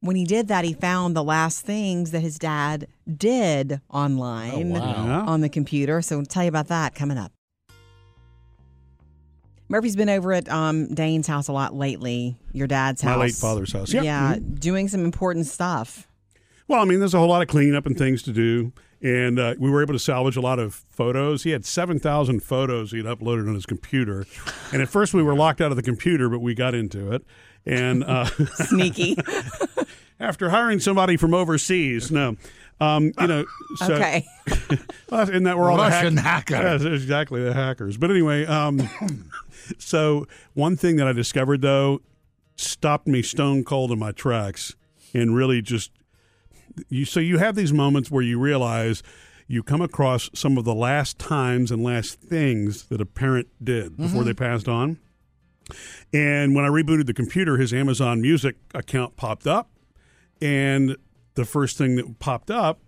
[SPEAKER 2] when he did that, he found the last things that his dad did online
[SPEAKER 1] Oh, wow.
[SPEAKER 3] Yeah.
[SPEAKER 2] on the computer. So we'll tell you about that coming up. Murphy's been over at um, Dane's house a lot lately. Your dad's
[SPEAKER 3] My
[SPEAKER 2] house,
[SPEAKER 3] late father's house. Mm-hmm. Yep.
[SPEAKER 2] Yeah, doing some important stuff.
[SPEAKER 3] Well, I mean, there's a whole lot of cleanup and things to do. And uh, we were able to salvage a lot of photos. He had 7,000 photos he had uploaded on his computer. And at first, we were locked out of the computer, but we got into it. And uh, <laughs>
[SPEAKER 2] Sneaky.
[SPEAKER 3] after hiring somebody from overseas, no. Um, you know, so,
[SPEAKER 2] okay.
[SPEAKER 3] Well, and that we're all the
[SPEAKER 1] Russian
[SPEAKER 3] hack-
[SPEAKER 1] hacker.
[SPEAKER 3] Yes, exactly, the hackers. But
[SPEAKER 1] <laughs>
[SPEAKER 3] anyway, um, so one thing that I discovered though stopped me stone cold in my tracks, and really just you. So you have these moments where you realize you come across some of the last times and last things that a parent did before
[SPEAKER 1] Mm-hmm.
[SPEAKER 3] they passed on. And when I rebooted the computer, his Amazon Music account popped up, and the first thing that popped up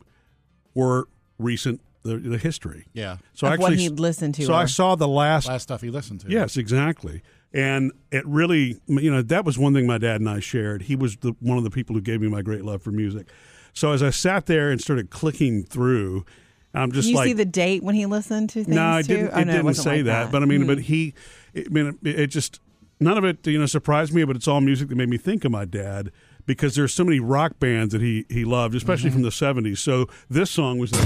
[SPEAKER 3] were recent the, the history.
[SPEAKER 1] Yeah.
[SPEAKER 3] So I
[SPEAKER 2] Of what
[SPEAKER 3] actually,
[SPEAKER 2] he'd listened to
[SPEAKER 3] So I
[SPEAKER 2] or-
[SPEAKER 3] saw the last
[SPEAKER 1] Last stuff he listened to.
[SPEAKER 3] Yes, exactly. And it really, you know, that was one thing my dad and I shared. He was the, one of the people who gave me my great love for music. So as I sat there and started clicking through, I'm just
[SPEAKER 2] you
[SPEAKER 3] like,
[SPEAKER 2] see the date when he listened to things
[SPEAKER 3] no, I
[SPEAKER 2] too?
[SPEAKER 3] didn't.
[SPEAKER 2] Oh,
[SPEAKER 3] it
[SPEAKER 2] no,
[SPEAKER 3] didn't
[SPEAKER 2] wasn't
[SPEAKER 3] say
[SPEAKER 2] like Mm-hmm.
[SPEAKER 3] that, but I mean, but he, it, I mean, it, it just none of it, you know, surprised me. But it's all music that made me think of my dad because there's so many rock bands that he he loved, especially
[SPEAKER 2] Mm-hmm.
[SPEAKER 3] from the '70s. So this song was there.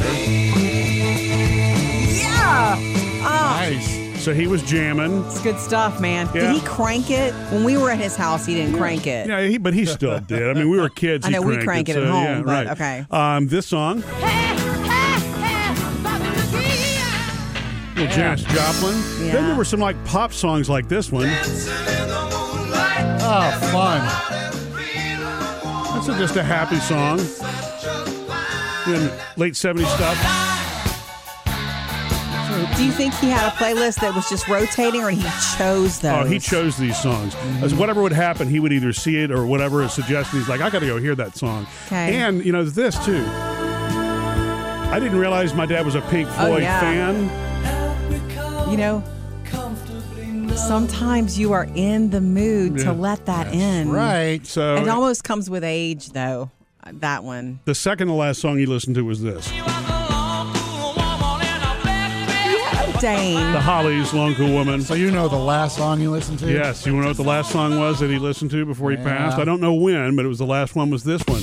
[SPEAKER 2] yeah,
[SPEAKER 1] Nice.
[SPEAKER 3] So he was jamming.
[SPEAKER 2] it's good stuff, man.
[SPEAKER 3] Yeah.
[SPEAKER 2] Did he crank it when we were at his house? He didn't crank it.
[SPEAKER 3] Yeah, he, but
[SPEAKER 2] <laughs>
[SPEAKER 3] he still did. I mean, we were kids.
[SPEAKER 2] I
[SPEAKER 3] he
[SPEAKER 2] know, we
[SPEAKER 3] cranked
[SPEAKER 2] crank it at
[SPEAKER 3] so,
[SPEAKER 2] home,
[SPEAKER 3] yeah,
[SPEAKER 2] but
[SPEAKER 3] right.
[SPEAKER 2] okay.
[SPEAKER 3] Um, this song, little Janis Joplin. Then
[SPEAKER 2] Yeah.
[SPEAKER 3] there were some like pop songs like this one.
[SPEAKER 1] Oh, fun.
[SPEAKER 3] That's a- just a happy song. Then late '70s stuff.
[SPEAKER 2] Do you think he had a playlist that was just rotating, or he chose those?
[SPEAKER 3] Oh, he chose these songs.
[SPEAKER 2] Mm-hmm.
[SPEAKER 3] As whatever would happen, he would either see it or whatever is suggested. He's like, I got to go hear that song.
[SPEAKER 2] 'Kay.
[SPEAKER 3] And you know this too. I didn't realize my dad was a Pink
[SPEAKER 2] Oh,
[SPEAKER 3] Floyd
[SPEAKER 2] yeah.
[SPEAKER 3] fan.
[SPEAKER 2] You know, sometimes you are in the mood
[SPEAKER 3] Yeah.
[SPEAKER 2] to let that in.
[SPEAKER 1] Right.
[SPEAKER 3] So
[SPEAKER 2] It almost comes with age, though. That one.
[SPEAKER 3] the second to last song he listened to was this.
[SPEAKER 2] Yeah, Dane.
[SPEAKER 3] The Hollies, Long Cool Woman.
[SPEAKER 1] So you know the last song you listened to?
[SPEAKER 3] Yes, you want to know what the last song was that he listened to before he
[SPEAKER 1] Yeah.
[SPEAKER 3] passed? I don't know when, but it was the last one. Was this one?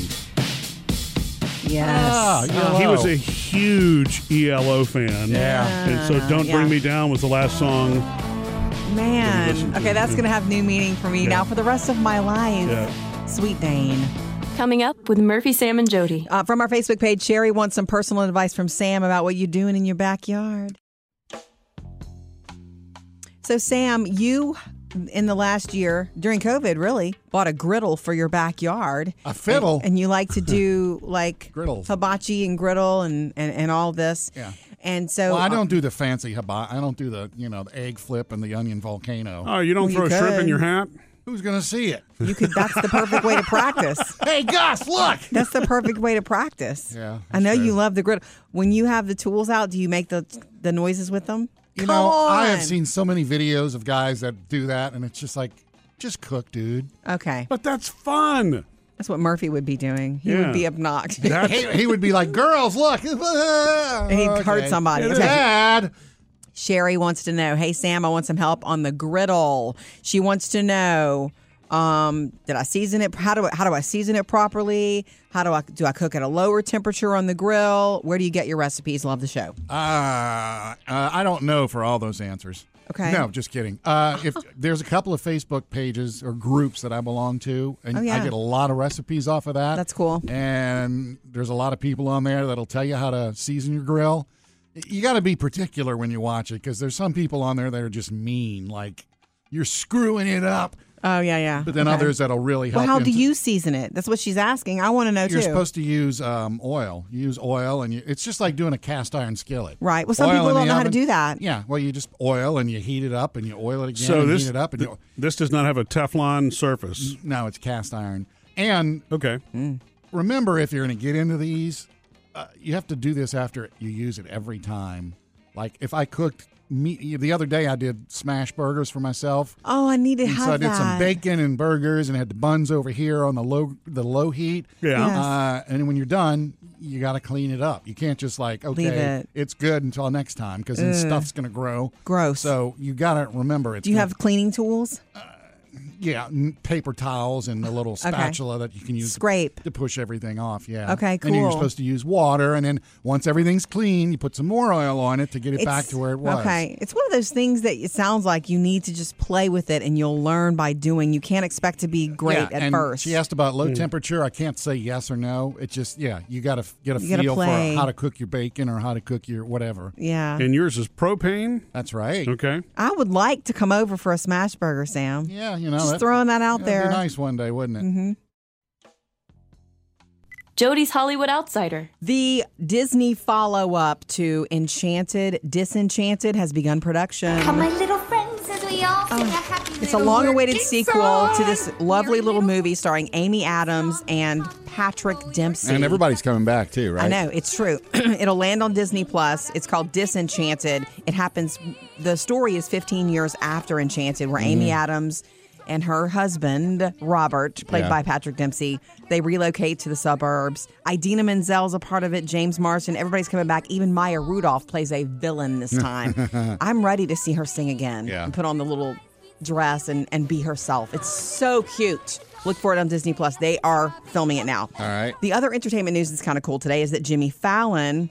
[SPEAKER 2] Yes.
[SPEAKER 1] Ah, yellow.
[SPEAKER 3] He was a huge ELO fan.
[SPEAKER 1] Yeah.
[SPEAKER 3] and so "Don't
[SPEAKER 2] Yeah.
[SPEAKER 3] Bring Me Down" was the last song. Didn't listen
[SPEAKER 2] Man.
[SPEAKER 3] to
[SPEAKER 2] Okay,
[SPEAKER 3] it,
[SPEAKER 2] that's
[SPEAKER 3] yeah.
[SPEAKER 2] going to have new meaning for me
[SPEAKER 3] Yeah.
[SPEAKER 2] now for the rest of my life.
[SPEAKER 3] Yeah.
[SPEAKER 2] Sweet Dane.
[SPEAKER 4] Coming up with Murphy, Sam, and Jody.
[SPEAKER 2] Uh, from our Facebook page, Sherry wants some personal advice from Sam about what you're doing in your backyard. So, Sam, you in the last year during COVID really bought a griddle for your backyard.
[SPEAKER 1] A fiddle?
[SPEAKER 2] And, and you like
[SPEAKER 1] <laughs>
[SPEAKER 2] to do like
[SPEAKER 1] Oh. Griddles.
[SPEAKER 2] hibachi and griddle and, and, and all this.
[SPEAKER 1] Yeah.
[SPEAKER 2] And so uh,
[SPEAKER 1] Well, I don't do the fancy hibachi. I don't do the, you know, the egg flip and the onion volcano.
[SPEAKER 3] Oh, you
[SPEAKER 2] Well,
[SPEAKER 3] don't
[SPEAKER 2] you
[SPEAKER 3] throw shrimp in
[SPEAKER 2] could.
[SPEAKER 3] your hat?
[SPEAKER 1] Who's going to see it?
[SPEAKER 2] you could that's the
[SPEAKER 1] <laughs>
[SPEAKER 2] perfect way to practice.
[SPEAKER 1] Hey, Gus,
[SPEAKER 2] <laughs>
[SPEAKER 1] look.
[SPEAKER 2] That's the perfect way to practice.
[SPEAKER 1] Yeah,
[SPEAKER 2] I know you love the griddle. When you have the tools out, do you make the the noises with them?
[SPEAKER 1] You
[SPEAKER 2] Come
[SPEAKER 1] know, I
[SPEAKER 2] on.
[SPEAKER 1] have seen so many videos of guys that do that, and it's just like, just cook, dude.
[SPEAKER 2] Okay.
[SPEAKER 3] But that's fun.
[SPEAKER 2] That's what Murphy would be doing. He
[SPEAKER 3] Yeah.
[SPEAKER 2] would be obnoxious.
[SPEAKER 1] He, he would be like, girls, look. <laughs> He'd
[SPEAKER 2] He'd hurt somebody. It's like-
[SPEAKER 1] Dad.
[SPEAKER 2] <laughs> Sherry wants to know, hey Sam, I want some help on the griddle. She wants to know, um, did I season it? How do I, how do I season it properly? How do I do I cook at a lower temperature on the grill? Where do you get your recipes? Love the show.
[SPEAKER 1] Uh, uh, I don't know for all those answers.
[SPEAKER 2] Okay.
[SPEAKER 1] No, just kidding. Uh,
[SPEAKER 2] <laughs>
[SPEAKER 1] if there's a couple of Facebook pages or groups that I belong to, and
[SPEAKER 2] Oh, yeah.
[SPEAKER 1] I get a lot of recipes off of that.
[SPEAKER 2] That's cool.
[SPEAKER 1] And there's a lot of people on there that'll tell you how to season your grill. You got to be particular when you watch it because there's some people on there that are just mean, like you're screwing it up.
[SPEAKER 2] Oh yeah, yeah.
[SPEAKER 1] But then
[SPEAKER 2] Okay.
[SPEAKER 1] others that'll really help.
[SPEAKER 2] Well, how
[SPEAKER 1] you
[SPEAKER 2] do
[SPEAKER 1] into-
[SPEAKER 2] you season it? That's what she's asking. I want to know
[SPEAKER 1] You're
[SPEAKER 2] too.
[SPEAKER 1] supposed to use um, oil. You use oil, and you, it's just like doing a cast iron skillet.
[SPEAKER 2] Right. Well, some
[SPEAKER 1] Oil
[SPEAKER 2] people
[SPEAKER 1] in
[SPEAKER 2] don't
[SPEAKER 1] the
[SPEAKER 2] know how to
[SPEAKER 1] oven.
[SPEAKER 2] do that.
[SPEAKER 1] Yeah. Well, you just oil and you heat it up and you oil it again
[SPEAKER 3] so
[SPEAKER 1] and
[SPEAKER 3] this
[SPEAKER 1] heat it up. And
[SPEAKER 3] th-
[SPEAKER 1] you,
[SPEAKER 3] this does not have a Teflon surface.
[SPEAKER 1] no, it's cast iron. And
[SPEAKER 3] Okay.
[SPEAKER 1] Mm. remember, if you're going to get into these, uh, you have to do this after you use it every time. Like if I cooked meat the other day, I did smash burgers for myself.
[SPEAKER 2] Oh, I need to
[SPEAKER 1] And
[SPEAKER 2] have
[SPEAKER 1] so I did
[SPEAKER 2] that.
[SPEAKER 1] some bacon and burgers and had the buns over here on the low the low heat.
[SPEAKER 3] Yeah.
[SPEAKER 2] Yes.
[SPEAKER 1] Uh, and when you're done, you got to clean it up. You can't just like okay,
[SPEAKER 2] it.
[SPEAKER 1] it's good until next time because then stuff's gonna grow.
[SPEAKER 2] Gross.
[SPEAKER 1] So you got to remember it's.
[SPEAKER 2] Do you
[SPEAKER 1] gonna-
[SPEAKER 2] have cleaning tools?
[SPEAKER 1] yeah n- paper towels and a little spatula that you can use
[SPEAKER 2] Scrape.
[SPEAKER 1] to push everything off. Yeah.
[SPEAKER 2] Okay,
[SPEAKER 1] And you're
[SPEAKER 2] cool.
[SPEAKER 1] supposed to use water, and then once everything's clean, you put some more oil on it to get it back
[SPEAKER 2] It's-
[SPEAKER 1] to where it was.
[SPEAKER 2] Okay. It's one of those things that it sounds like you need to just play with it and you'll learn by doing. You can't expect to be great
[SPEAKER 1] Yeah,
[SPEAKER 2] at
[SPEAKER 1] and
[SPEAKER 2] first.
[SPEAKER 1] She asked about low temperature. I can't say yes or no. It just yeah, you got to get a
[SPEAKER 2] You gotta
[SPEAKER 1] feel for
[SPEAKER 2] play.
[SPEAKER 1] how to cook your bacon or how to cook your whatever.
[SPEAKER 2] yeah.
[SPEAKER 3] And yours is propane.
[SPEAKER 1] That's right.
[SPEAKER 3] Okay.
[SPEAKER 2] I would like to come over for a smash burger, Sam.
[SPEAKER 1] Yeah, you know,
[SPEAKER 2] Just
[SPEAKER 1] that-
[SPEAKER 2] throwing that out
[SPEAKER 1] that'd
[SPEAKER 2] there. Mm-hmm.
[SPEAKER 1] Be nice one day, wouldn't it?
[SPEAKER 4] Jody's Hollywood Outsider.
[SPEAKER 2] The Disney follow up to Enchanted Disenchanted has begun production.
[SPEAKER 9] Come, my little friends, as we We all sing a happy
[SPEAKER 2] It's a
[SPEAKER 9] little
[SPEAKER 2] long awaited
[SPEAKER 9] working
[SPEAKER 2] sequel to
[SPEAKER 9] song.
[SPEAKER 2] this lovely
[SPEAKER 9] Merry
[SPEAKER 2] little movie starring Amy Adams and Patrick Dempsey.
[SPEAKER 1] And everybody's coming back too, right?
[SPEAKER 2] I know, it's true. <clears throat> It'll land on Disney Plus. It's called Disenchanted. It happens, the story is 15 years after Enchanted, where
[SPEAKER 1] Mm-hmm.
[SPEAKER 2] Amy Adams and her husband, Robert, played
[SPEAKER 1] Yeah.
[SPEAKER 2] by Patrick Dempsey, they relocate to the suburbs. Idina Menzel's a part of it, James Marsden, everybody's coming back. Even Maya Rudolph plays a villain this
[SPEAKER 1] <laughs>
[SPEAKER 2] time. I'm ready to see her sing again
[SPEAKER 1] Yeah.
[SPEAKER 2] and put on the little dress and, and be herself. It's so cute. Look for it on Disney Plus. They are filming it now.
[SPEAKER 1] All right.
[SPEAKER 2] The other entertainment news that's kind of cool today is that Jimmy Fallon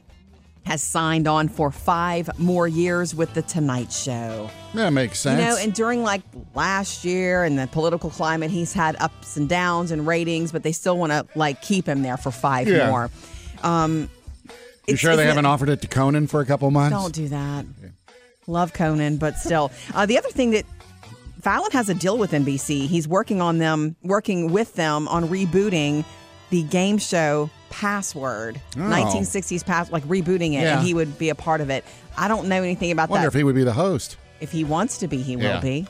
[SPEAKER 2] has signed on for five more years with The Tonight Show.
[SPEAKER 1] That makes sense.
[SPEAKER 2] You know, and during like last year and the political climate, he's had ups and downs and ratings, but they still want to like keep him there for five
[SPEAKER 1] Yeah.
[SPEAKER 2] more. Um,
[SPEAKER 1] you
[SPEAKER 2] it's-
[SPEAKER 1] sure they
[SPEAKER 2] it's-
[SPEAKER 1] haven't offered it to Conan for a couple months?
[SPEAKER 2] Don't do that. Love Conan, but still. <laughs> Uh, the other thing that Fallon has a deal with NBC. He's working on them, working with them on rebooting the game show Password, 1960s pass, like rebooting it,
[SPEAKER 1] Oh. Yeah.
[SPEAKER 2] and he would be a part of it. I don't know anything about
[SPEAKER 1] Wonder
[SPEAKER 2] that.
[SPEAKER 1] if he would be the host.
[SPEAKER 2] If he wants to be, he
[SPEAKER 1] Yeah.
[SPEAKER 2] will be.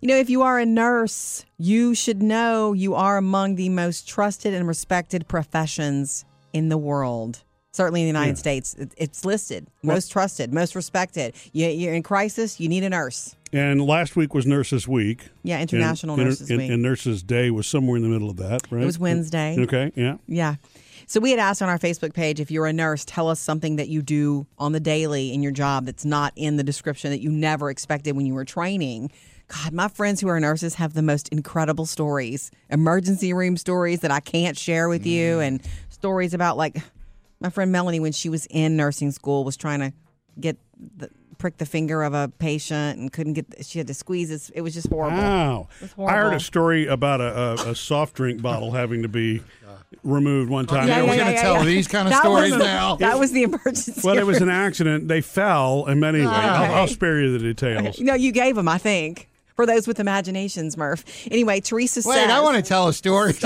[SPEAKER 2] You know, if you are a nurse, you should know you are among the most trusted and respected professions in the world. Certainly in the United States, it- it's listed most trusted, most respected. You- You're in crisis, you need a nurse.
[SPEAKER 3] And last week was Nurses Week.
[SPEAKER 2] Yeah, International
[SPEAKER 3] and,
[SPEAKER 2] Nurses
[SPEAKER 3] and,
[SPEAKER 2] Week.
[SPEAKER 3] And Nurses Day was somewhere in the middle of that, right?
[SPEAKER 2] It was Wednesday.
[SPEAKER 3] Okay, yeah.
[SPEAKER 2] Yeah. So we had asked on our Facebook page if you're a nurse, tell us something that you do on the daily in your job that's not in the description that you never expected when you were training. God, my friends who are nurses have the most incredible stories, emergency room stories that I can't share with you, and stories about like my friend Melanie when she was in nursing school was trying to get the, prick the finger of a patient and couldn't get. She had to squeeze his. It was just horrible.
[SPEAKER 1] Mm.
[SPEAKER 3] Wow. I heard a
[SPEAKER 2] horrible.
[SPEAKER 3] story about a, a, a soft drink bottle having to be removed one time.
[SPEAKER 1] Yeah,
[SPEAKER 3] It
[SPEAKER 1] we're
[SPEAKER 3] was-
[SPEAKER 1] gonna tell these kind of
[SPEAKER 2] That
[SPEAKER 1] stories
[SPEAKER 2] was-
[SPEAKER 1] now.
[SPEAKER 2] That was the emergency.
[SPEAKER 3] Well, it was
[SPEAKER 2] room.
[SPEAKER 3] an accident. They fell, and anyway,
[SPEAKER 1] Oh,
[SPEAKER 3] I'll, I'll spare you
[SPEAKER 1] <laughs>
[SPEAKER 3] the
[SPEAKER 2] <laughs>
[SPEAKER 3] details.
[SPEAKER 2] No, you gave them, I think. For those with imaginations, Murph. Anyway, Teresa
[SPEAKER 1] Wait,
[SPEAKER 2] says.
[SPEAKER 1] I want to tell a story. <laughs>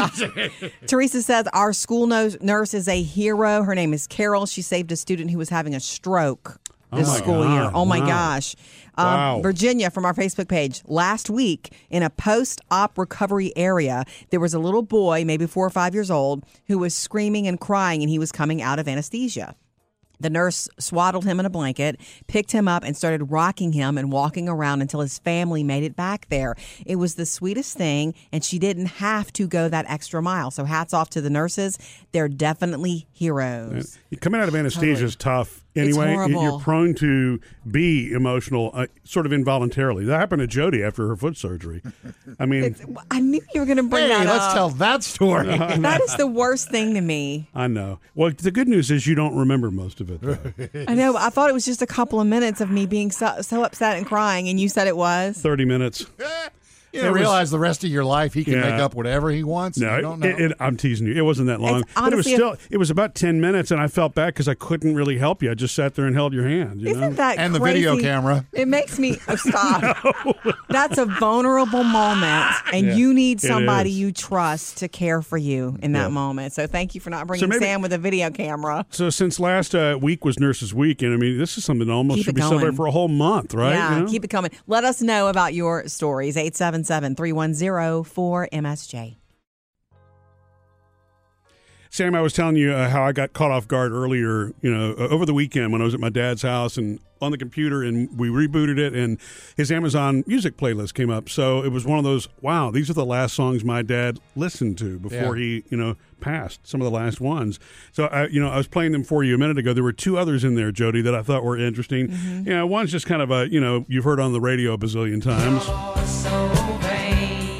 [SPEAKER 2] Teresa says our school nos- nurse is a hero. Her name is Carol. She saved a student who was having a stroke this
[SPEAKER 3] my
[SPEAKER 2] school year.
[SPEAKER 3] God.
[SPEAKER 2] Oh my
[SPEAKER 3] Wow.
[SPEAKER 2] gosh! Um,
[SPEAKER 3] Wow.
[SPEAKER 2] Virginia from our Facebook page last week in a post-op recovery area, there was a little boy, maybe four or five years old, who was screaming and crying, and he was coming out of anesthesia. The nurse swaddled him in a blanket, picked him up, and started rocking him and walking around until his family made it back there. It was the sweetest thing, and she didn't have to go that extra mile. So, hats off to the nurses. They're definitely heroes.
[SPEAKER 3] Coming out of anesthesia is tough. Anyway, You- you're
[SPEAKER 2] horrible.
[SPEAKER 3] prone to be emotional, uh, sort of involuntarily. That happened to Jody after her foot surgery. I mean,
[SPEAKER 2] I knew you were going to bring
[SPEAKER 1] hey,
[SPEAKER 2] that
[SPEAKER 1] let's
[SPEAKER 2] up.
[SPEAKER 1] tell that
[SPEAKER 3] <laughs>
[SPEAKER 1] story.
[SPEAKER 3] Uh-huh.
[SPEAKER 2] that is the worst thing to me.
[SPEAKER 3] I know. Well, the good news is you don't remember most of
[SPEAKER 1] <laughs>
[SPEAKER 3] it. though.
[SPEAKER 2] I know. I thought it was just a couple of minutes of me being so, so upset and crying, and you said it was.
[SPEAKER 3] Thirty minutes.
[SPEAKER 1] <laughs> you
[SPEAKER 3] It
[SPEAKER 1] know,
[SPEAKER 3] was-
[SPEAKER 1] realize the rest of your life he can
[SPEAKER 3] Yeah.
[SPEAKER 1] make up whatever he wants. and
[SPEAKER 3] No,
[SPEAKER 1] you
[SPEAKER 3] it,
[SPEAKER 1] don't know.
[SPEAKER 3] it, it- I'm teasing you. It wasn't that long.
[SPEAKER 2] It's
[SPEAKER 3] but it was
[SPEAKER 2] honestly a-
[SPEAKER 3] still. It was about ten minutes, and I felt bad because I couldn't really help you. I just sat there and held your hand. You know?
[SPEAKER 2] Isn't that
[SPEAKER 1] And the video
[SPEAKER 2] crazy?
[SPEAKER 1] camera.
[SPEAKER 2] It makes
[SPEAKER 3] <laughs>
[SPEAKER 2] me oh, stop. That's a vulnerable moment, and you need
[SPEAKER 3] It
[SPEAKER 2] somebody
[SPEAKER 3] is.
[SPEAKER 2] you trust to care for you in that
[SPEAKER 3] Yeah.
[SPEAKER 2] moment. So thank you for not bringing
[SPEAKER 3] maybe-
[SPEAKER 2] Sam with a video camera.
[SPEAKER 3] So since last uh, week was Nurses Week, and I mean, this is something that almost
[SPEAKER 2] Keep
[SPEAKER 3] should
[SPEAKER 2] it
[SPEAKER 3] be celebrated
[SPEAKER 2] going.
[SPEAKER 3] for a whole month, right?
[SPEAKER 2] yeah,
[SPEAKER 3] You know?
[SPEAKER 2] keep it coming. Let us know about your stories. 877-310-4MSJ.
[SPEAKER 3] Sam, I was telling you uh, how I got caught off guard earlier, you know, uh, over the weekend when I was at my dad's house and on the computer and we rebooted it and his Amazon music playlist came up. So it was one of those, wow, these are the last songs my dad listened to before
[SPEAKER 1] Yeah.
[SPEAKER 3] he, you know, passed some of the last ones. So I, you know, I was playing them for you a minute ago. There were two others in there, Jody, that I thought were interesting. You know, one's just kind of a, you know, you've heard on the radio a bazillion times.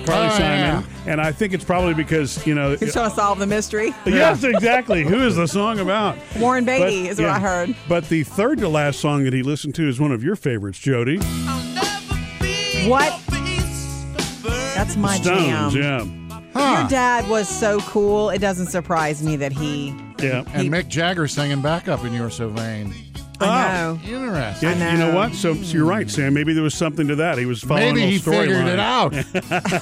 [SPEAKER 3] Carly
[SPEAKER 1] Oh,
[SPEAKER 3] Simon.
[SPEAKER 1] yeah.
[SPEAKER 3] And I think it's probably because, you know,
[SPEAKER 2] You're trying to solve the mystery.
[SPEAKER 3] <laughs> Yes, exactly. Who is the song about?
[SPEAKER 2] Warren Beatty is what I heard.
[SPEAKER 3] But the third to last song that he listened to is one of your favorites, Jody.
[SPEAKER 2] What? That's my
[SPEAKER 3] Stones,
[SPEAKER 2] jam.
[SPEAKER 3] yeah.
[SPEAKER 2] Your dad was so cool. It doesn't surprise me that he.
[SPEAKER 3] Yeah.
[SPEAKER 1] and Mick Jagger singing backup in "You're So Vain."
[SPEAKER 2] I know.
[SPEAKER 1] Interesting.
[SPEAKER 3] Yeah, You know what? So, so you're right, Sam. Maybe there was something to that. He was following
[SPEAKER 1] Maybe
[SPEAKER 3] a
[SPEAKER 1] he
[SPEAKER 3] <laughs> storyline.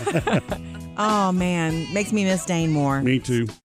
[SPEAKER 1] figured it out.
[SPEAKER 2] Oh man, makes me miss Dane more.
[SPEAKER 3] Me too.